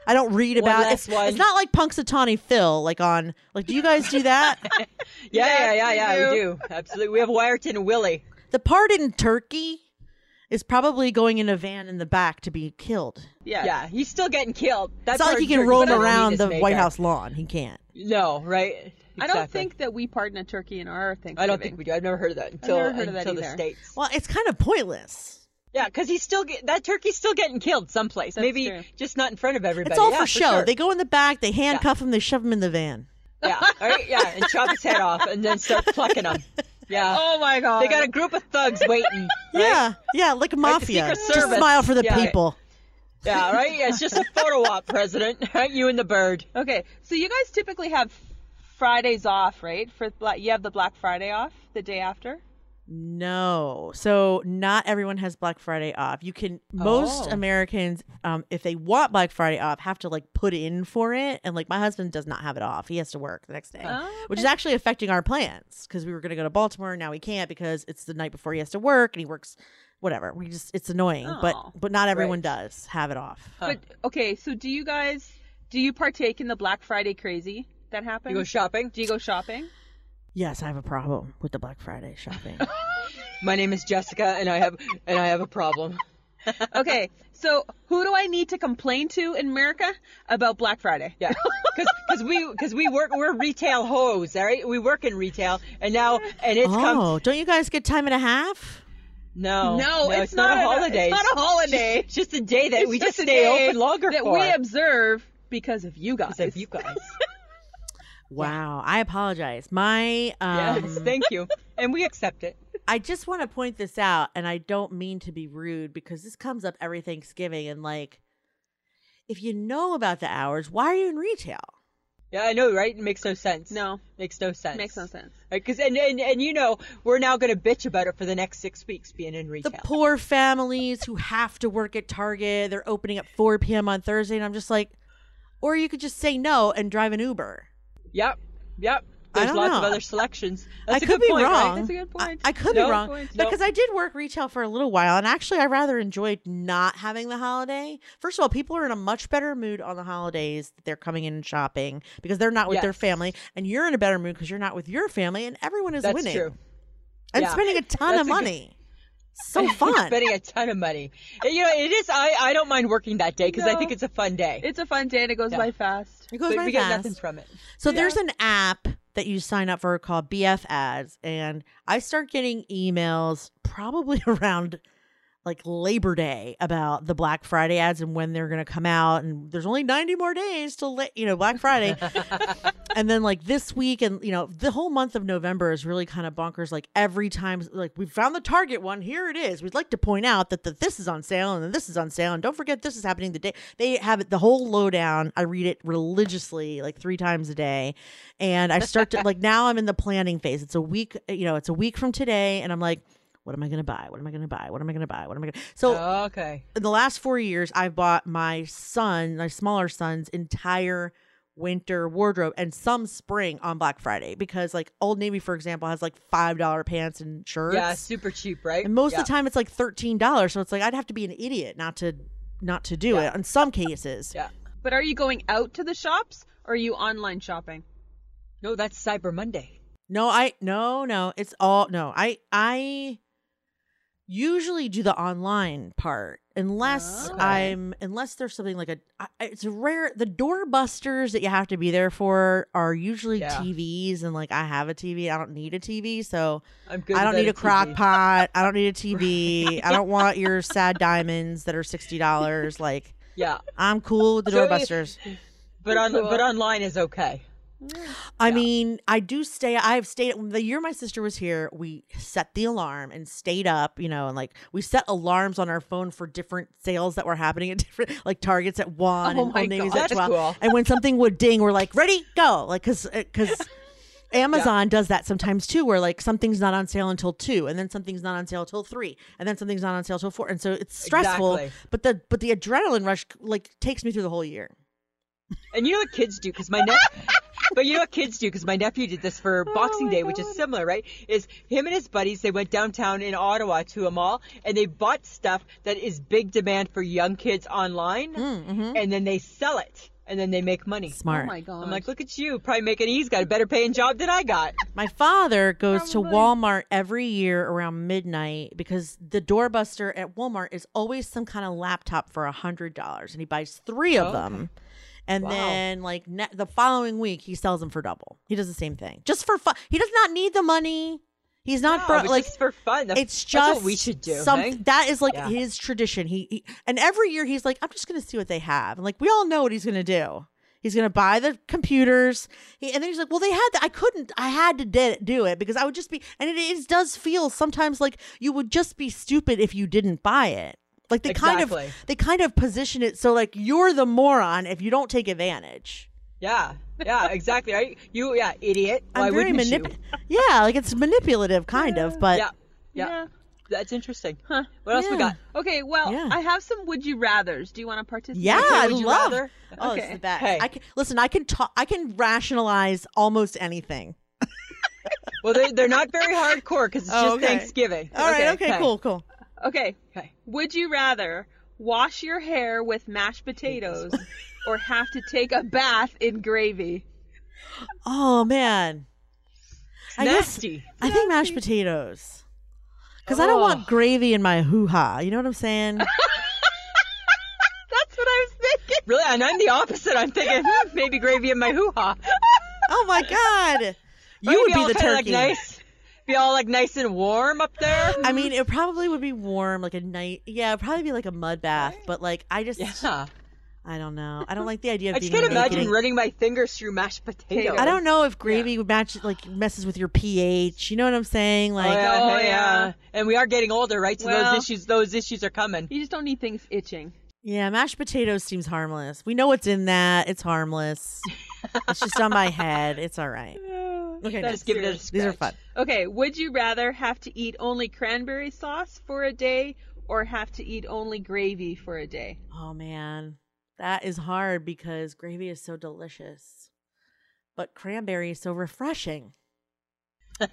S3: I don't read
S2: One
S3: about
S2: less
S3: it's,
S2: one.
S3: it's not like Punxsutawney Phil like on like do you guys
S2: <laughs>
S3: do that
S2: Yeah, yeah,
S1: Yes,
S2: yeah,
S1: we
S2: yeah. We do. Absolutely. We have Wyerton and Willie.
S3: the part in Turkey is probably going in a van in the back to be killed.
S1: Yeah.
S2: Yeah, he's still getting killed. That's
S3: It's not like he can roam around the White
S2: House.
S3: House lawn. He can't.
S2: No, right?
S1: I don't
S2: Exactly.
S1: think that we pardon a turkey in our Thanksgiving.
S2: I don't think we do. I've never heard of that until
S1: never heard of that
S2: until the
S1: either.
S2: states.
S3: Well, it's kind of pointless.
S2: yeah, because he's still get, that turkey's still getting killed someplace.
S1: That's
S2: Maybe
S1: true.
S2: just not in front of everybody.
S3: It's all
S2: Yeah,
S3: for show.
S2: sure.
S3: They go in the back, they handcuff him, they shove him in the van.
S2: yeah, <laughs> all right, yeah, and chop his head off and then start plucking him. <laughs> Yeah,
S1: Oh my god.
S2: they got a group of thugs waiting.
S3: Yeah, yeah, like mafia.
S2: Secret
S3: Just
S2: Service.
S3: smile for the
S2: Yeah.
S3: people.
S2: Yeah, all right. Yeah, it's just a photo op, President. Right, you and the bird.
S1: Okay, so you guys typically have Fridays off, right? For Bla- you have the Black Friday off the day after.
S3: No, so not everyone has Black Friday off. You can most
S2: Oh.
S3: Americans, um, if they want Black Friday off, have to like put in for it. And like my husband does not have it off; he has to work the next day,
S1: Oh,
S3: which is actually affecting our plans because we were going to go to Baltimore. Now we can't because it's the night before he has to work, and he works whatever. We just it's annoying,
S1: Oh,
S3: but but not everyone
S2: right.
S3: does have it off.
S2: Huh.
S1: But okay, so do you guys do you partake in the Black Friday crazy that happens?
S2: You go shopping.
S1: do you go shopping? <laughs>
S3: Yes, I have a problem with the Black Friday
S2: <laughs>
S3: shopping.
S2: My name is Jessica, and I have and I have a problem.
S1: Okay, so who do I need to complain to in America about Black Friday?
S2: Yeah, <laughs> because we because we work we're retail hoes, all right? We work in retail, and now and it's come
S3: oh, don't you guys get time and a half?
S2: no
S1: No, it's, not,
S2: a holiday.
S1: It's
S2: <laughs>
S1: not a holiday.
S2: It's just a day that we
S1: It's
S2: just
S1: a
S2: stay
S1: day
S2: open longer
S1: that
S2: for.
S1: we observe because of you guys.
S2: Because of you
S1: <laughs>
S2: guys. <laughs>
S3: Wow, I apologize. My um,
S2: yes, thank you, and we accept it.
S3: I just want to point this out, and I don't mean to be rude because this comes up every Thanksgiving. And like, if you know about the hours, why are you in retail?
S2: Yeah, I know, right? It makes no sense.
S1: No,
S2: makes no sense.
S1: makes no sense.
S2: Because and, and and you know we're now going to bitch about it for the next six weeks being in
S3: The
S2: retail.
S3: poor families who have to work at Target, they're opening at 4 p.m. on Thursday, and I'm just like, or you could just say no and drive an Uber.
S2: yep, yep.
S3: I
S2: There's
S3: don't
S2: lots of
S3: know.
S2: other selections. That's
S3: I
S2: a
S3: could
S2: good
S3: be
S2: point, right?
S3: wrong.
S1: That's a good
S3: I-
S1: point.
S3: I, could
S2: No
S3: be wrong
S2: point. No.
S3: because I did work retail for a little while, and actually, I rather enjoyed not having the holiday. First of all, people are in a much better mood on the holidays that they're coming in and shopping because they're not with their
S2: Yes.
S3: family, and you're in a better mood because you're not with your family, and everyone is
S2: That's
S3: winning.
S2: true.
S3: I'm
S2: Yeah.
S3: spending a
S2: That's
S3: ton
S2: a
S3: of
S2: good-
S3: money. so
S2: <laughs>
S3: fun.
S2: spending a ton of money. And, you know, it is. I I don't mind working that day because I
S1: No.
S2: think it's a fun day.
S1: It's a fun day and it goes
S2: Yeah.
S1: by fast.
S3: It goes
S2: but
S3: by
S2: we get
S3: fast.
S2: nothing from it.
S3: So there's an app that you sign up for called BF Ads, and I start getting emails probably <laughs> around like Labor Day about the Black Friday ads and when they're going to come out. And there's only 90 more days till la- you know Black Friday, and then like this week and you know the whole month of November is really kind of bonkers. Like every time, like we found the Target one, here it is. We'd like to point out that the, this is on sale and this is on sale, and don't forget this is happening the day they have it. The whole lowdown. I read it religiously, like three times a day, and I start to like now I'm in the planning phase. It's a week, you know, it's a week from today, and I'm like. What am I going to buy? What am I going to buy? What am I going to buy? What am I going to? So
S2: Okay.
S3: in the last four years, I've bought my son, my smaller son's entire winter wardrobe and some spring on Black Friday because, like, Old Navy, for example, has like $5 pants and shirts.
S2: Yeah, super cheap, right?
S3: And most
S2: yeah.
S3: of the time it's like $13. So it's like, I'd have to be an idiot not to. Not to do it in some cases.
S2: Yeah.
S1: But are you going out to the shops or are you online shopping?
S2: No, that's Cyber Monday.
S3: No, I no no. It's all no. I I usually do the online part unless
S2: Okay.
S3: I'm unless there's something like a. I, it's rare. The doorbusters that you have to be there for are usually
S2: Yeah.
S3: TVs, and like I have a TV. I don't need a TV, so
S2: I'm good.
S3: I don't
S2: without
S3: need a crock
S2: TV.
S3: pot. I don't
S2: <laughs>
S3: need a TV. I don't want your sad diamonds that are sixty dollars. Like
S2: Yeah,
S3: I'm cool with the
S2: So it-
S3: doorbusters.
S2: but on
S1: Cool.
S2: but online is okay.
S3: I
S2: Yeah.
S3: mean, I do stay. I've stayed the year my sister was here. We set the alarm and stayed up, you know, and like we set alarms on our phone for different sales that were happening at <laughs> different like targets at one
S2: Oh
S3: and
S2: my
S3: Old Navy's
S2: God,
S3: at
S2: that's
S3: twelve.
S2: cool.
S3: And when something would ding, we're like, "Ready, go!" Like, cause, uh, cause Amazon does that sometimes too, where like something's not on sale until two, and then something's not on sale till three, and then something's not on sale till four, and so it's stressful.
S2: Exactly.
S3: But the but the adrenaline rush like takes me through the whole year.
S2: And you know what kids do? Because my nephew. <laughs> But you know what kids do? Because my nephew did this for
S3: Oh
S2: Boxing Day, which is similar, right? Is him and his buddies, they went downtown in Ottawa to a mall and they bought stuff that is big demand for young kids online
S3: Hmm,
S2: and then they sell it and then they make money.
S3: mm-hmm. Smart.
S1: Oh my god.
S2: I'm like, look at you, probably making, he's got a better paying job than I got.
S3: My father goes to Walmart every year around midnight because the doorbuster at Walmart is always some kind of laptop for a hundred dollars, and he buys three of them. And
S2: Wow.
S3: then, like ne- the following week, he sells them for double. He does the same thing just for fun. He does not need the money. He's not
S2: No,
S3: <laughs> bro-
S2: it's
S3: like
S2: just for fun. That's,
S3: it's just
S2: that's what we should do.
S3: some-
S2: hey?
S3: that is like
S2: Yeah.
S3: his tradition. He, he and every year he's like, I'm just gonna see what they have. And like we all know what he's gonna do. He's gonna buy the computers. He, and then he's like, Well, they had. The, I couldn't. I had to di- do it because I would just be. And it is, does feel sometimes like you would just be stupid if you didn't buy it. Like they kind
S2: Exactly.
S3: of they kind of position it so like you're the moron if you don't take advantage.
S2: Yeah, yeah, exactly, right? You, yeah, idiot. Why
S3: I'm very
S2: wouldn't you?
S3: manip- Yeah, like it's manipulative, kind of. But
S2: Yeah, yeah,
S1: Yeah.
S2: That's interesting. Huh. What else we
S3: Yeah.
S2: got?
S1: Okay, well,
S3: Yeah.
S1: I have some would you rathers. Do you want to participate?
S3: Yeah,
S1: Okay,
S3: I
S1: would you
S3: love.
S1: rather?
S3: Oh,
S1: okay.
S3: it's the best.
S2: Hey.
S3: I can listen. I can talk. I can rationalize almost anything.
S2: Well, they're, they're not very hardcore because it's
S3: Oh,
S2: just
S3: okay.
S2: Thanksgiving.
S3: All right. okay, Cool. Cool.
S1: Okay.
S2: Okay.
S1: Would you rather wash your hair with mashed
S3: <laughs>
S1: potatoes or have to take a bath in gravy?
S3: Oh man. I guess-
S1: Nasty.
S3: I think mashed potatoes. Because I don't
S2: Oh.
S3: want gravy in my hoo ha. You know what
S2: <laughs>
S3: I'm saying?
S1: That's what I was thinking.
S2: Really? And I'm the opposite. I'm thinking hmm, maybe gravy in my hoo <laughs> ha.
S3: oh my God. You would be the
S2: Like
S3: turkey.
S2: nice, be all like nice and warm up
S3: <gasps>
S2: there.
S3: I mean, it probably would be warm, like a night. Yeah, it'd probably be like a mud bath, but like I just,
S2: Yeah.
S3: I don't know. I don't like the idea of
S2: I
S3: being
S2: just can't
S3: naked
S2: imagine
S3: and-
S2: running my fingers through mashed potatoes.
S3: I don't know if gravy would match, like messes with your pH. You know what I'm saying? Like,
S2: Oh yeah,
S1: Oh,
S2: oh, yeah.
S1: yeah.
S2: And we are getting older, right? So
S1: Well-
S2: those issues, those issues are coming.
S1: You just don't need things itching.
S3: Yeah, mashed potatoes seems harmless. We know what's in that. It's harmless. it's just on my head. It's
S2: <laughs>
S3: all right. Okay,
S2: Just give it a
S3: these are
S2: scratch.
S3: fun.
S1: Okay, would you rather have to eat only cranberry sauce for a day or have to eat only gravy for a day?
S3: Oh man, that is hard because gravy is so delicious, but cranberry is
S2: <laughs>
S3: so refreshing. <laughs>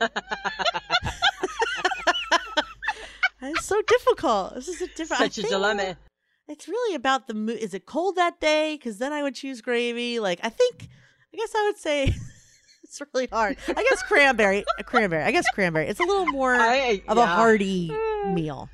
S3: it's so difficult. This is a different. I
S2: Such a
S3: think
S2: dilemma.
S3: It's really about the mood. Is it cold that day? Because then I would choose gravy. Like I think, I guess I would say <laughs> it's really hard. I guess cranberry, cranberry. I guess cranberry. It's a little more
S2: I-
S3: of a
S2: yeah. <sighs>
S3: hearty meal.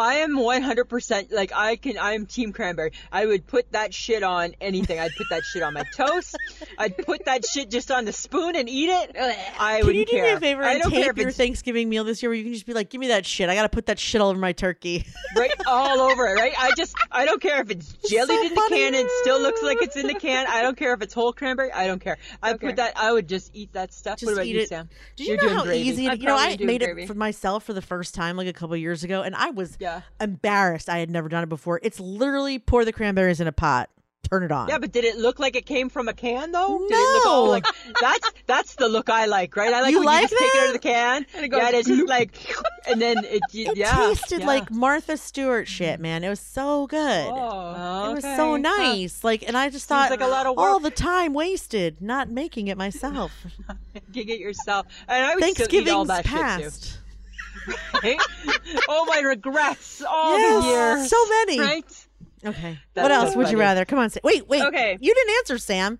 S2: I am 100% like I can I am team cranberry. I would put that shit on anything. I'd put that shit on my toast. I'd put that shit just on the spoon and eat it. I
S3: Can you
S2: wouldn't
S3: do
S2: care.
S3: me a favor
S2: I
S3: and
S2: don't care
S3: tape
S2: if
S3: your
S2: it's
S3: Thanksgiving meal this year, where you can just be like, "Give me that shit. I got to put that shit all over my turkey." <laughs>
S2: right all over it, right? I just I don't care if it's jellied
S3: so
S2: in the
S3: funny.
S2: can and still looks like it's in the can. I don't care if it's whole cranberry. I don't care. I would
S1: Okay.
S2: put that I would just eat that stuff.
S3: Just
S2: what about
S3: eat
S2: you,
S3: it.
S2: Sam?
S3: Did you
S2: You're
S3: know
S2: doing
S3: how
S2: gravy.
S3: easy?
S1: I'd
S3: It, you know,
S1: probably
S3: I
S1: do
S3: made
S1: gravy.
S3: it for myself for the first time like a couple years ago, and I was
S2: Yeah.
S3: embarrassed. I had never done it before. It's literally pour the cranberries in a pot, turn it on.
S2: Yeah, but did it look like it came from a can though? Did it look
S3: No.
S2: all like that's that's the look I like, right? I like
S3: You
S2: when
S3: like
S2: you just take it out
S3: that?
S2: of the can.
S1: And it goes
S2: yeah, it's just like and then it,
S3: <laughs> it
S2: yeah.
S3: tasted
S2: yeah.
S3: like Martha Stewart shit, man. It was so good.
S2: Oh,
S3: It was so
S2: okay.
S3: nice. Like, and I just thought,
S2: like a lot of
S3: all
S2: work.
S3: the time wasted not making
S2: <laughs>
S3: it myself.
S2: Dig it yourself. And I would still eat all
S3: Thanksgiving's
S2: that shit
S3: passed.
S2: too. right?
S3: <laughs>
S2: oh, my regrets all
S3: Yes,
S2: the years.
S3: so many.
S2: Right?
S3: Okay.
S2: That's
S3: what
S2: so
S3: else would you
S2: funny.
S3: rather? Come on, Sam. Wait, wait.
S1: Okay.
S3: You didn't answer, Sam.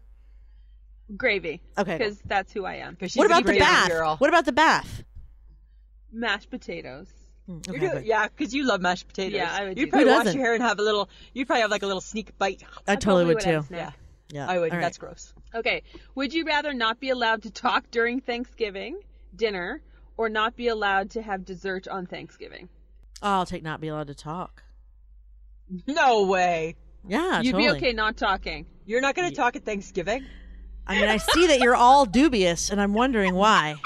S1: Gravy.
S3: Okay.
S1: Because that's who I am.
S2: 'Cause she's
S3: what
S2: a
S3: about the
S2: crazy
S3: bath?
S2: girl.
S3: What about the bath?
S1: Mashed potatoes.
S3: Mm,
S2: You're
S3: okay,
S2: doing-
S3: but-
S2: yeah, because you love mashed potatoes.
S1: Yeah, I would do
S2: You'd
S1: that.
S2: probably
S3: Who
S2: wash
S3: doesn't?
S2: your hair and have a little. You'd probably have like a little sneak bite.
S3: I totally would
S1: Probably
S3: too.
S1: what I'd snack.
S3: Yeah,
S2: I would.
S3: all right.
S2: That's gross.
S1: Okay. Would you rather not be allowed to talk during Thanksgiving dinner or not be allowed to have dessert on Thanksgiving?
S3: Oh, I'll take not be allowed to talk.
S2: No way.
S3: Yeah,
S1: You'd
S3: totally.
S1: be okay not talking.
S2: You're not going to talk at Thanksgiving.
S3: I mean, I see that you're all dubious, and I'm
S2: <laughs>
S3: wondering why.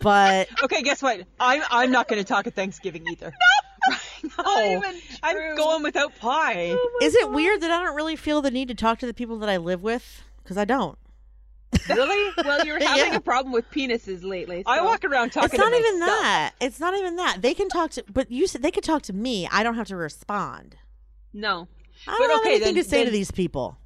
S3: but
S2: Okay, guess what? I'm I'm not going to talk at Thanksgiving
S3: <laughs>
S2: either. <laughs> No,
S1: even true.
S2: I'm going without pie.
S3: is it weird that I don't really feel the need to talk to the people that I live with? Because I don't.
S2: <laughs> really?
S1: Well,
S2: <laughs>
S1: you're having
S3: Yeah.
S1: a problem with penises lately.
S2: I
S1: so-
S2: walk around talking.
S3: It's not
S2: to
S3: even
S2: myself.
S3: that. It's not even that. They can talk to, but you said they could talk to me. I don't have to respond.
S1: No.
S3: I
S2: But
S3: don't have
S2: okay,
S3: anything
S2: then-
S3: to say to
S2: then-
S3: these people.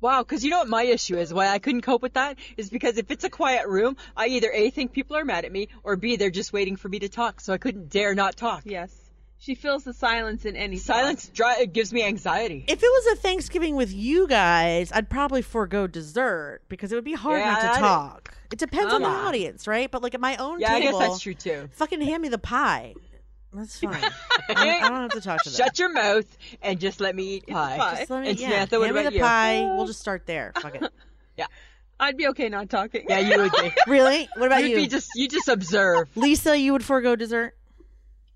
S2: Wow, because you know what my issue is? Why I couldn't cope with that is because if it's a quiet room, I either A, think people are mad at me, or B, they're just waiting for me to talk, so I couldn't dare not talk.
S1: Yes. She feels the silence in any thought.
S2: Silence dri- it gives me anxiety.
S3: If it was a Thanksgiving with you guys, I'd probably forego dessert because it would be hard
S2: Yeah,
S3: not to
S2: I-
S3: talk. It depends on the
S2: Mama.
S3: audience, right? But like at my own
S2: yeah, I guess
S3: table,
S2: that's true too.
S3: fucking hand me the pie.
S2: <laughs>
S3: That's fine. I, don't, I don't have to talk to them.
S2: Shut your mouth and just let me eat pie.
S1: fine.
S3: Just let me,
S2: and
S3: yeah,
S2: Samantha, what
S3: hand me
S2: about
S3: the
S2: you?
S3: pie. We'll just start there. Fuck it.
S1: I'd be okay not talking.
S2: Yeah, you would
S3: <laughs>
S2: be.
S3: Really? What about
S2: You'd
S3: you?
S2: be just you just observe.
S3: Lisa, you would forego dessert?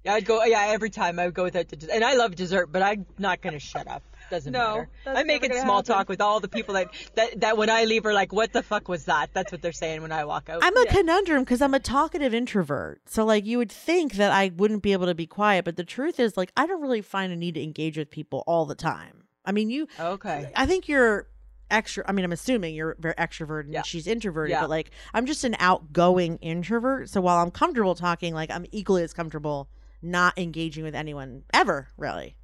S2: Yeah, I'd go. Yeah, every time I would go without the dessert, and I love dessert, but I'm not gonna shut up. Doesn't
S1: No,
S2: matter.
S1: that's
S2: I'm making
S1: never gonna
S2: small
S1: happen.
S2: talk with all the people that, that that when I leave are like, "What the fuck was that?" That's what they're saying when I walk out.
S3: I'm a conundrum because I'm a talkative introvert. So, like, you would think that I wouldn't be able to be quiet, but the truth is, like, I don't really find a need to engage with people all the time. I mean, you,
S2: Oh. okay.
S3: I think you're extra. I mean, I'm assuming you're very extroverted and
S2: Yeah.
S3: she's introverted,
S2: Yeah.
S3: but like, I'm just an outgoing introvert. So, while I'm comfortable talking, like, I'm equally as comfortable not engaging with anyone ever, really.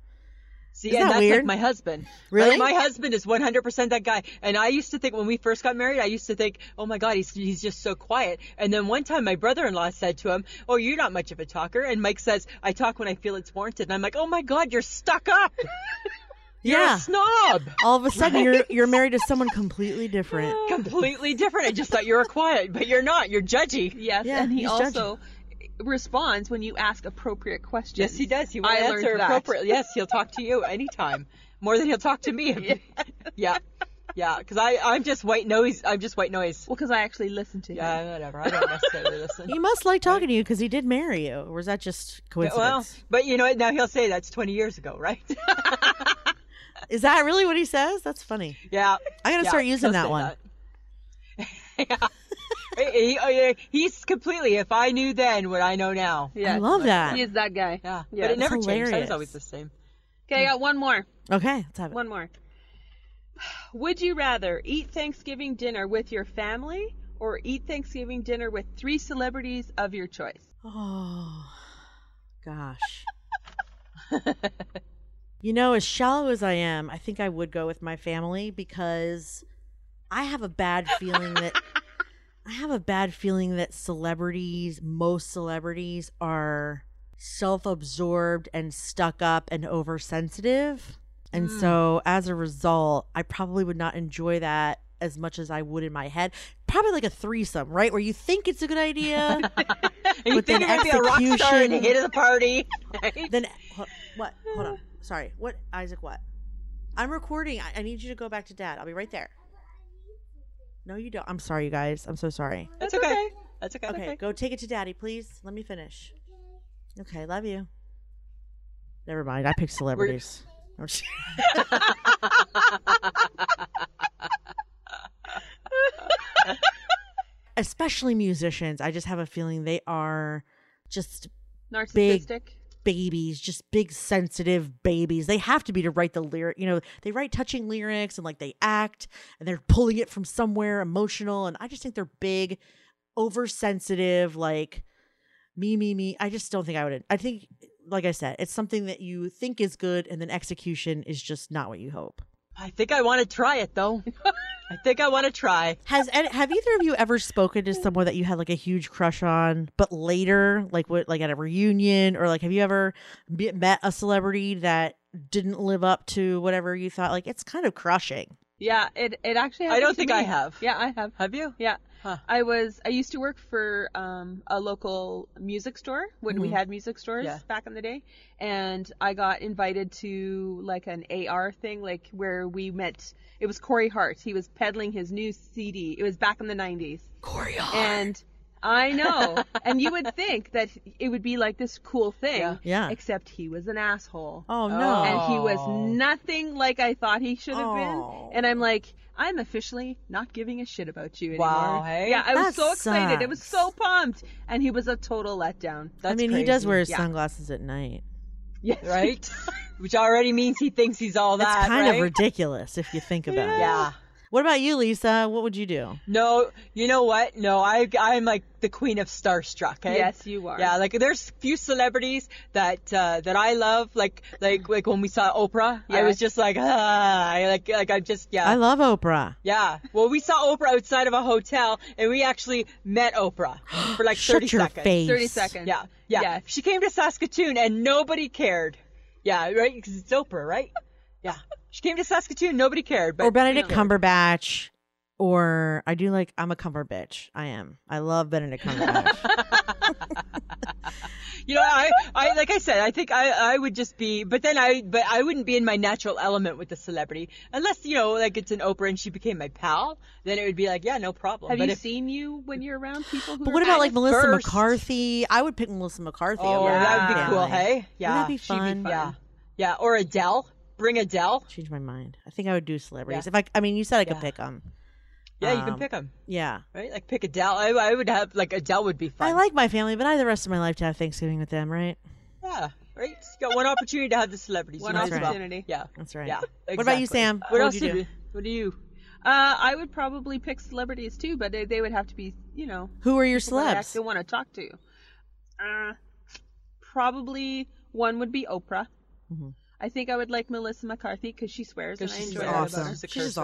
S2: See,
S3: Isn't
S2: and
S3: that
S2: that's
S3: weird?
S2: like my husband.
S3: Really?
S2: Like, my husband is 100% that guy. And I used to think when we first got married, I used to think, oh my God, he's, he's just so quiet. And then one time my brother in law said to him, oh, you're not much of a talker. And Mike says, I talk when I feel it's warranted. And I'm like, oh my God, you're stuck up.
S1: You're
S3: Yeah.
S1: a snob.
S3: All of a sudden, you're you're married to someone completely different.
S2: Completely different. I just thought you were quiet, but you're not. You're judgy.
S1: Yes,
S3: Yeah,
S1: and he
S3: he's
S1: also responds when you ask appropriate questions.
S2: Yes, he does. He will
S1: I learned
S2: answer
S1: that.
S2: appropriately. Yes, he'll talk to you anytime, more than he'll talk
S1: <laughs>
S2: to me. yeah, yeah. Because I, I'm just white noise. I'm just white noise.
S1: Well, because I actually listened to him.
S2: Yeah, whatever. I don't necessarily listen.
S3: <laughs> He must like talking to you because he did marry you, or is that just
S2: Well,
S3: coincidence?
S2: but you know what? Now he'll say that's 20 years ago, right? <laughs>
S3: is that really what he says? That's funny.
S2: yeah.
S3: I gotta
S2: Yeah,
S3: start
S2: he'll
S3: using that
S2: say
S3: one.
S2: that. <laughs> yeah. He- he- oh, yeah, he's completely, if I knew then what I know now.
S1: Yes.
S3: I love that.
S1: He is that guy.
S2: Yeah.
S1: Yeah,
S2: but
S1: that's
S2: it never changed. I
S3: hilarious.
S2: was always the same.
S1: Okay, I got one more.
S3: Okay, let's have it.
S1: One more. Would you rather eat Thanksgiving dinner with your family or eat Thanksgiving dinner with three celebrities of your choice?
S3: Oh, gosh. you know, as shallow as I am, I think I would go with my family because I have a bad feeling that I have a bad feeling that celebrities, most celebrities, are self-absorbed and stuck up and oversensitive. And
S2: Mm.
S3: so as a result, I probably would not enjoy that as much as I would in my head. Probably like a threesome, right? Where you think it's a good idea,
S2: <laughs> And you
S3: With
S2: think you're
S3: an
S2: going to be a rock star and
S3: execution.
S2: hit of the party.
S3: Then ho- what? Hold on. Sorry. What, Isaac? What? I'm recording. I, I need you to go back to Dad. I'll be right there. No, you don't. I'm sorry, you guys. I'm so sorry.
S2: That's okay. That's okay.
S3: Okay, go take it to Daddy, please. Let me finish. Okay, love you. Never mind. I picked celebrities. I'm just- Especially musicians. I just have a feeling they are just
S1: Narcissistic.
S3: babies, just big sensitive babies. They have to be to write the lyric. You know, they write touching lyrics and like they act and they're pulling it from somewhere emotional. And I just think they're big, oversensitive, like me, me, me. I just don't think I would. I think, like I said, it's something that you think is good and then execution is just not what you hope.
S2: I think I want to try it, though. I think I want to try.
S3: Has any- have either of you ever spoken to someone that you had like a huge crush on, but later, like what, like at a reunion, or like have you ever be- met a celebrity that didn't live up to whatever you thought? Like it's kind of crushing.
S1: Yeah, it, it actually
S2: I
S1: happened
S2: don't
S1: to
S2: think I
S1: me.
S2: have.
S1: Yeah, I have.
S2: Have
S3: <laughs>
S2: you?
S1: Yeah.
S2: Huh.
S1: I was I used to work for um, a local music store when we
S3: Mhm.
S1: had music stores
S2: Mm-hmm. Yeah.
S1: back in the day, and I got invited to like an AR thing, like where we met. It was Corey Hart. He was peddling his new CD. It was back in the '90s,
S3: Corey,
S1: and I know. and you would think that it would be like this cool thing,
S2: Yeah.
S3: yeah.
S1: except he was an asshole
S3: Oh
S2: Oh.
S1: and
S3: no.
S1: he was
S2: Oh.
S1: nothing like I thought he should have
S3: Oh.
S1: been. And I'm like, I'm officially not giving a shit about you anymore.
S2: Wow, hey?
S1: Yeah, I was
S3: That
S1: so excited. I was so
S3: sucks.
S1: pumped, and he was a total letdown.
S3: I
S2: That's
S3: mean, he does
S2: crazy.
S3: wear his
S1: Yeah.
S3: sunglasses at night.
S1: <laughs> Yes, <laughs>
S2: Right? Which already means he thinks he's all that.
S3: That's kind of
S2: right?
S3: ridiculous if you think about it.
S2: Yeah.
S3: What about you, Lisa? What would you do?
S2: No, you know what? No, I I'm like the queen of starstruck. Eh?
S1: Yes, you are.
S2: Yeah, like there's few celebrities that uh, that I love. Like like like when we saw Oprah, I
S1: Yes.
S2: was just like, ah, I like like I just yeah.
S3: I love Oprah.
S2: yeah. Well, we saw Oprah outside of a hotel, and we actually met
S3: <gasps>
S2: Oprah for like 30
S3: Shut your
S2: seconds.
S3: face.
S1: Thirty seconds.
S2: Yeah, yeah.
S1: Yes.
S2: She came to Saskatoon, and nobody cared. Yeah, right? Because it's Oprah, right? Yeah. She came to Saskatoon, nobody cared. But
S3: or Benedict Cumberbatch, or I do like I'm a Cumberbatch. I am. I love Benedict Cumberbatch.
S2: You know, I, I like I said, I think I, I would just be, but then I, but I wouldn't be in my natural element with the celebrity unless you know, like it's an Oprah and she became my pal. Then it would be like, yeah, no problem.
S1: Have
S2: but
S1: you
S2: if,
S1: seen you when you're around people who?
S3: but
S1: are
S3: what about
S1: kind
S3: like
S1: of-
S3: Melissa
S2: first.
S3: McCarthy? I would pick Melissa McCarthy.
S2: Oh,
S3: over
S2: that would be
S3: Benedict
S2: cool,
S3: Cumberbatch.
S2: hey? Yeah,
S3: be
S2: she'd
S3: fun?
S2: Yeah, yeah, or Adele. Bring Adele.
S3: Change my mind. I think I would do celebrities.
S2: Yeah.
S3: If I, I mean, you said I could
S2: Yeah.
S3: pick 'em. pick them.
S2: Yeah, you can
S3: Um,
S2: pick them,
S3: Yeah,
S2: right? Like pick Adele. I, I would have like Adele would be fun.
S3: I like my family, but I have the rest of my life to have Thanksgiving with them, right?
S2: Yeah, right. Just got one opportunity to have the celebrities.
S1: One
S2: You might as well.
S1: opportunity.
S2: Yeah,
S3: That's right.
S2: yeah.
S3: What about you,
S2: exactly.
S3: Sam?
S2: What,
S3: What would
S2: else
S3: you
S2: did
S3: do?
S2: you- What do you?
S1: Uh, I would probably pick celebrities too, but they, they would have to be, you know,
S3: Who are your
S1: people that I
S3: celebs?
S1: actually want to talk to. Uh, probably one would be Oprah.
S3: Mhm.
S1: I think I would like Melissa McCarthy because she swears, and
S2: Mm-hmm. 'Cause
S1: I
S2: she's
S1: enjoy
S3: She's
S1: that about
S2: She's
S3: awesome.
S1: her.
S2: a
S3: She's just
S2: cursor.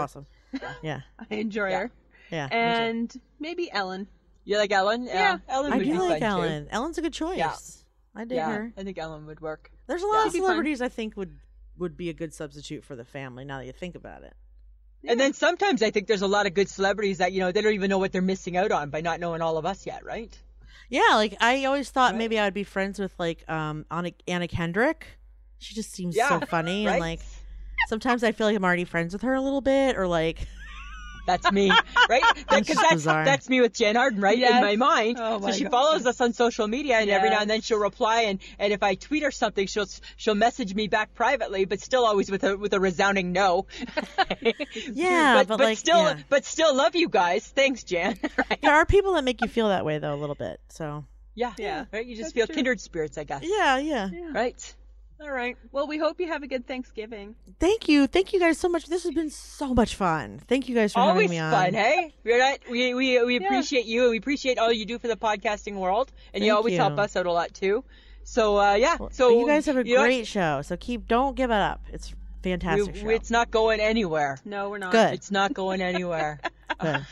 S3: awesome. Yeah,
S1: <laughs> I enjoy
S2: Yeah.
S1: her.
S3: yeah. me too.
S1: And maybe Ellen.
S2: You like Ellen?
S1: Yeah.
S2: Ellen
S3: I
S2: would be
S3: do
S2: fun
S3: like
S2: too.
S3: Ellen. Ellen's a good choice. I dig
S2: Yeah,
S3: her.
S2: I think Ellen would work.
S3: There's a lot
S2: Yeah.
S3: of
S1: She'd be fun.
S3: celebrities I think would would be a good substitute for the family now that you think about it.
S2: And then sometimes I think there's a lot of good celebrities that, you know, they don't even know what they're missing out on by not knowing all of us yet, right?
S3: Yeah, like I always thought
S2: Right.
S3: maybe I would be friends with like um Anna, Anna Kendrick. She just seems so
S2: Yeah,
S3: funny
S2: Right?
S3: and like sometimes I feel like I'm already friends with her a little bit or like <laughs>
S2: That's me, right?
S3: That's
S2: Because
S3: just
S2: that's
S3: bizarre.
S2: that's me with Jan Arden, right? In
S1: Yes.
S2: my mind.
S1: Oh my
S2: so she
S1: God.
S2: follows us on social media, and every now
S1: Yes.
S2: and then she'll reply, and, and if I tweet her something, she'll she'll message me back privately, but still always with a with a resounding
S3: <laughs>
S2: no. <laughs>
S3: yeah,
S2: but,
S3: but, like
S2: still <laughs>
S3: yeah.
S2: but still love you guys. Thanks, Jan. <laughs> right?
S3: there are people that make you feel that way though a little bit. So
S2: Yeah,
S1: Yeah,
S2: Right? You just
S1: that's
S2: feel
S1: true.
S2: kindred spirits, I guess.
S3: yeah, yeah.
S2: Right. All right.
S1: Well, we hope you have a good Thanksgiving.
S3: Thank you, thank you guys so much. This has been so much fun. Thank you guys for
S2: Always
S3: having me on.
S2: fun, hey? We're not, we we we
S1: Yeah.
S2: appreciate you, and we appreciate all you do for the podcasting world, and you
S3: Thank
S2: always
S3: you.
S2: help us out a lot too. So uh, yeah, so
S3: But you guys have a
S2: you know what?
S3: great show. So keep don't give it up. It's a fantastic
S2: We-
S3: show.
S2: It's not going anywhere.
S1: No, we're not.
S3: Good.
S2: It's not going
S3: <laughs>
S2: anywhere. <laughs>
S3: Good.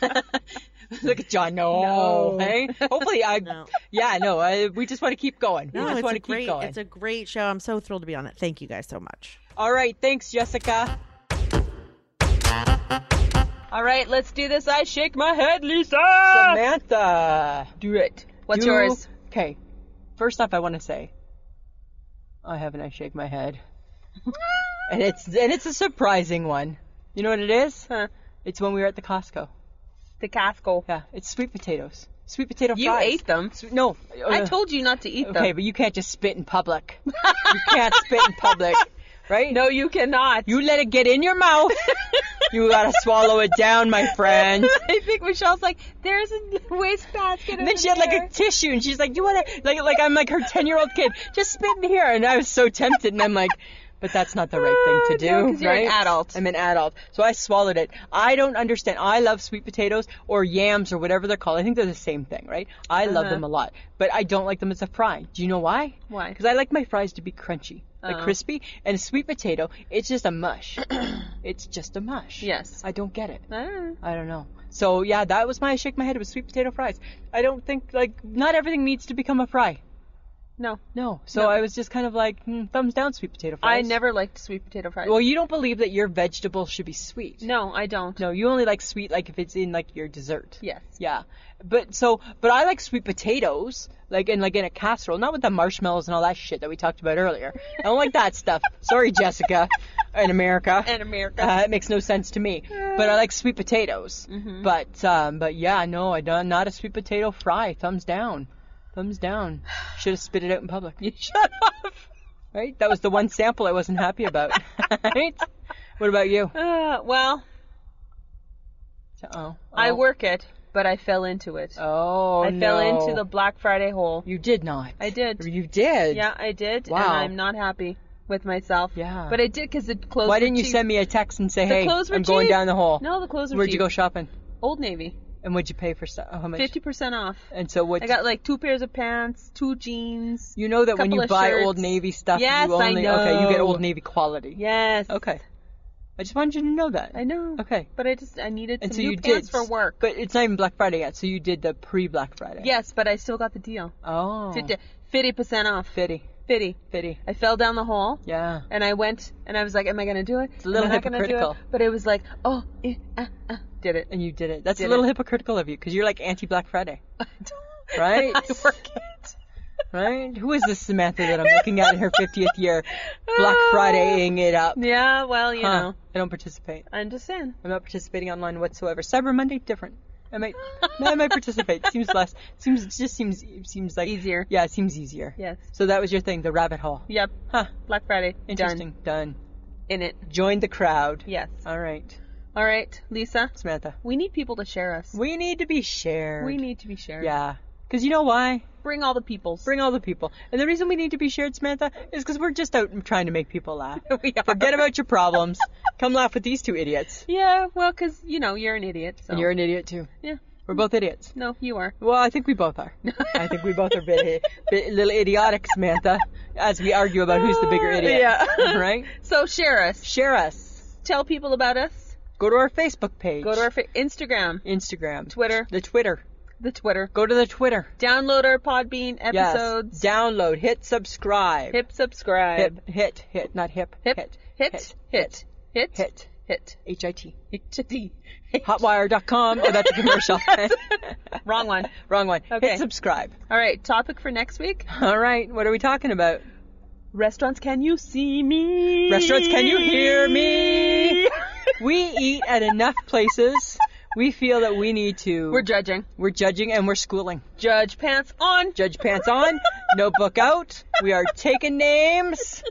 S2: Look at John. No,
S1: No.
S2: hey. Hopefully, I.
S3: No.
S2: Yeah, no. I, we just want to keep going. we
S3: No,
S2: just
S3: it's
S2: want
S3: a
S2: to
S3: great
S2: keep going.
S3: it's a great show. I'm so thrilled to be on it. Thank you guys so much.
S2: All right. Thanks, Jessica.
S1: All right, let's do this. I shake my head, Lisa.
S3: Ah!
S2: Samantha.
S1: do it. What's
S2: You-
S1: yours?
S2: Okay. First off, I want to say, I haven't. I shake my
S3: <laughs>
S2: head, and it's and it's a surprising one. You know what it is?
S1: Huh.
S2: It's when we were at the Costco.
S1: The Costco.
S2: Yeah, it's sweet potatoes. Sweet potato
S1: You
S2: fries.
S1: ate them.
S2: Sweet- No,
S1: I
S2: uh,
S1: told you not to eat
S2: Okay,
S1: them.
S2: but you can't just spit in public. you can't spit in public, right?
S1: No, you cannot.
S2: You let it get in your mouth. you gotta swallow it down, my friend.
S1: <laughs> I think Michelle's like, there's a wastebasket.
S2: And then she had like a tissue, and she's like, "You wanna like like I'm like her ten year old kid, just spit in here." And I was so tempted, and I'm like, "But that's not the right thing to do,
S1: Oh, No, 'cause you're an
S2: right?"
S1: adult.
S2: I'm an adult, so I swallowed it. I don't understand. I love sweet potatoes or yams or whatever they're called. I think they're the same thing, right? I love
S1: Uh-huh.
S2: them a lot, but I don't like them as a fry. Do you know why?
S1: Why?
S2: Because I like my fries to be crunchy, like
S1: Oh.
S2: crispy, and sweet potato. It's just
S1: <clears throat>
S2: a mush. it's just a mush.
S1: Yes.
S2: I don't get it.
S1: Ah.
S2: I don't know. So yeah, that was my shake my head. It was sweet potato fries. I don't think like not everything needs to become a fry.
S1: No,
S2: No. So
S1: No.
S2: I was just kind of like hmm, thumbs down sweet potato
S1: I
S2: fries.
S1: never liked sweet potato fries.
S2: Well, you don't believe that your vegetable should be sweet.
S1: no, I don't.
S2: No, you only like sweet like if it's in like your dessert.
S1: Yes.
S2: Yeah. But so but I like sweet potatoes like in like in a casserole, not with the marshmallows and all that shit that we talked about earlier. I don't like that stuff. Sorry, Jessica,
S1: <laughs>
S2: in America.
S1: In America.
S2: Uh, it makes no sense to me. But I like sweet potatoes.
S1: Mm-hmm.
S2: But um, but yeah, no, I don't. Not a sweet potato fry. Thumbs down. Thumbs down. Should have spit it out in public. <laughs> You shut up. Right. That was the one sample I wasn't happy about. <laughs> right. What about you?
S1: Uh, well,
S2: Oh, oh.
S1: I work it, but I fell into it.
S2: Oh
S1: I fell
S2: no.
S1: into the Black Friday hole.
S2: You did not.
S1: I did.
S2: You did.
S1: Yeah, I did,
S2: Wow.
S1: and I'm not happy with myself.
S2: Yeah.
S1: But I did because the clothes.
S2: Why
S1: were
S2: didn't you
S1: cheap.
S2: send me a text and say,
S1: The
S2: "Hey,
S1: clothes were
S2: I'm going
S1: cheap.
S2: down the hole"?
S1: No, the clothes were
S2: Where'd you
S1: cheap.
S2: go shopping?
S1: Old Navy,
S2: And what'd you pay for stuff? How much?
S1: fifty percent off.
S2: And so what?
S1: I got like two pairs of pants, two jeans.
S2: You know that when
S1: Couple
S2: you
S1: of
S2: buy
S1: shirts.
S2: Old Navy stuff,
S1: Yes,
S2: you
S1: I
S2: only okay, you get
S1: know.
S2: Old Navy quality.
S1: Yes.
S2: Okay. I just wanted you to know that.
S1: I know.
S2: Okay.
S1: But I just I needed
S2: And
S1: some
S2: so
S1: new
S2: you
S1: pants
S2: did
S1: for work.
S2: but it's not even Black Friday yet. So you did the pre-Black Friday.
S1: yes, but I still got the deal.
S2: Oh.
S1: Fifty percent off.
S2: Fitty,
S1: Fifty.
S2: fitty.
S1: I fell down the hole.
S2: Yeah.
S1: And I went and I was like, "Am I gonna do it? It's
S2: a little
S1: Am I not gonna do it?"
S2: hypocritical.
S1: But it was like, "Oh, eh, ah, ah, did it?" <laughs>
S2: And you did it. That's a
S1: Did
S2: little
S1: it.
S2: hypocritical of you because you're like anti-Black Friday,
S1: I
S2: Right?
S1: work it.
S2: right? Who is this Samantha that I'm looking at in her 50th year,
S1: <laughs>
S2: Black Fridaying it up?
S1: Yeah, well, you
S2: Huh.
S1: know,
S2: I don't participate.
S1: I understand.
S2: I'm not participating online whatsoever. Cyber Monday different. I might, no, I might participate. Seems less. Seems it just seems it seems like
S1: Easier.
S2: Yeah, it seems easier.
S1: Yes.
S2: So that was your thing, the rabbit hole.
S1: Yep.
S2: Huh.
S1: Black Friday.
S2: Interesting.
S1: Done.
S2: Done.
S1: In it.
S2: Join the crowd.
S1: Yes.
S2: All right,
S1: All right, Lisa.
S2: Samantha.
S1: We need people to share us.
S2: We need to be shared.
S1: We need to be shared.
S2: Yeah. Because you know why?
S1: Bring all the peoples.
S2: Bring all the people. And the reason we need to be shared, Samantha, is because we're just out trying to make people laugh.
S1: <laughs> we are.
S2: Forget about your problems. Come laugh with these two idiots.
S1: Yeah, well, 'cause you know you're an idiot. So.
S2: And you're an idiot too.
S1: Yeah.
S2: We're both idiots.
S1: No, you are.
S2: Well, I think we
S1: <laughs>
S2: both are. I think we both are bit, bit little idiotic, Samantha, as we argue about who's the bigger idiot.
S1: Uh, Yeah.
S2: <laughs> Right?
S1: So share us.
S2: Share us.
S1: Tell people about us.
S2: Go to our Facebook page.
S1: Go to our fa- Instagram,
S2: Instagram,
S1: Twitter.
S2: the Twitter,
S1: the Twitter.
S2: Go to the Twitter.
S1: Download our Podbean episodes.
S2: Yes. Download. Hit subscribe.
S1: Hip subscribe.
S2: Hip. Hit. Hit. Not hip.
S1: Hip.
S2: Hit.
S1: Hit. Hit. Hit.
S2: Hit.
S1: Hit.
S2: H I T.
S1: Hit.
S2: Hotwire.com. Oh, that's a commercial.
S1: <laughs> Wrong one.
S2: <laughs> Wrong one.
S1: Okay.
S2: Hit subscribe.
S1: All right. Topic for next week:
S2: All right. What are we talking about?
S1: restaurants. Can you see me?
S2: Restaurants, can you hear me? We eat at enough places. We feel that we need
S1: <laughs>
S2: to.
S1: We're judging.
S2: we're judging and we're schooling.
S1: Judge pants on.
S2: Judge pants on, notebook out. We are taking names,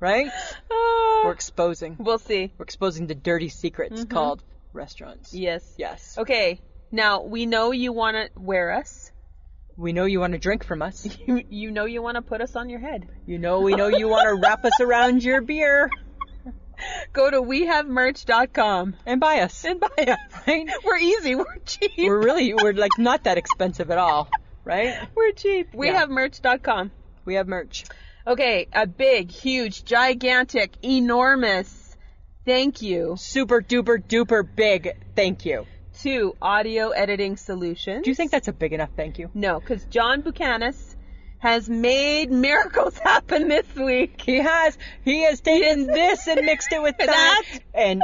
S2: right?
S1: Ah,
S2: We're exposing.
S1: we'll see.
S2: We're exposing the dirty secrets called restaurants.
S1: Yes.
S2: Yes.
S1: Mm-hmm. Okay. Now we know you want to wear us.
S2: We know you want to drink from us.
S1: You, you know you want to put us on your head.
S2: You know we know you want to wrap us around your beer
S1: Go to wehavemerch.com
S2: and buy us.
S1: and buy us.
S2: Right?
S1: We're easy. <laughs> We're cheap.
S2: We're really we're like not that expensive at all, right?
S1: We're cheap. We
S2: Yeah.
S1: have merch.com.
S2: We have merch.
S1: Okay, a big, huge, gigantic, enormous thank you
S2: Super duper duper big. Thank you.
S1: to Audio Editing Solutions.
S2: Do you think that's a big enough thank you?
S1: No, because John Buchanan has made miracles <laughs> happen this week.
S2: He has. He has taken this and mixed it with
S1: <laughs>
S2: that,
S1: That.
S2: and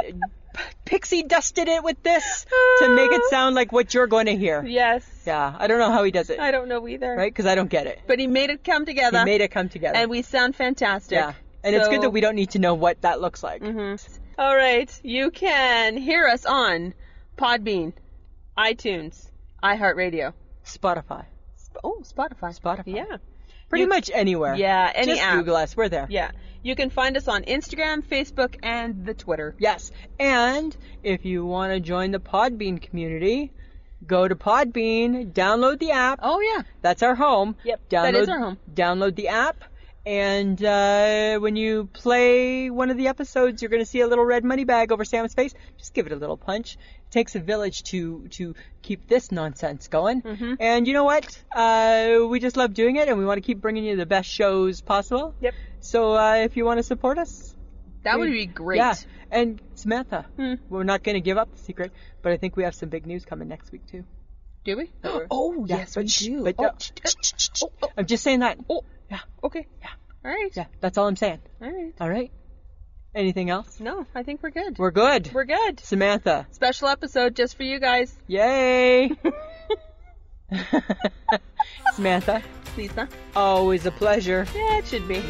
S2: pixie dusted it with this to make it sound like what you're going to hear.
S1: Yes.
S2: Yeah, I don't know how he does it,
S1: I
S2: right?
S1: don't know either.
S2: Because I don't get it.
S1: But he made it come together.
S2: He made it come together.
S1: and we sound fantastic.
S2: yeah, and it's good
S1: So- Mm-hmm.
S2: that we don't need to know what that looks like.
S1: All right, you can hear us on Podbean, iTunes, iHeartRadio.
S2: Spotify,
S1: Sp- Oh, Spotify.
S2: Spotify.
S1: Yeah.
S2: pretty
S1: You-
S2: much anywhere.
S1: Yeah, any
S2: Just
S1: app.
S2: Google us. We're there.
S1: Yeah. You can find us on Instagram, Facebook, and the Twitter.
S2: Yes. And if you want to join the Podbean community, go to Podbean, download the app.
S1: Oh yeah.
S2: That's our home.
S1: Yep,
S2: Download,
S1: that is our home.
S2: Download the app. And uh, when you play one of the episodes, you're going to see a little red money bag over Sam's face. Just give it a little punch. It takes a village to to keep this nonsense going.
S1: Mm-hmm.
S2: And you know what? Uh, we just love doing it, and we want to keep bringing you the best shows possible.
S1: Yep.
S2: So uh, if you want to support us,
S1: That would be great. Hmm.
S2: yeah. And Samantha, we're not going to give up the secret, but I think we have some big news coming next week too.
S1: Do <gasps> we?
S2: Oh yes, but, we do. But,
S1: Oh,
S2: uh, I'm just saying that. Oh, yeah,
S1: Okay.
S2: yeah.
S1: All right.
S2: Yeah, that's all I'm saying.
S1: All right.
S2: All right. Anything else?
S1: No, I think we're good.
S2: We're good.
S1: We're good.
S2: Samantha.
S1: Special episode just for you guys.
S2: <laughs> Yay. Samantha,
S1: Lisa.
S2: always a pleasure.
S1: Yeah, it should be.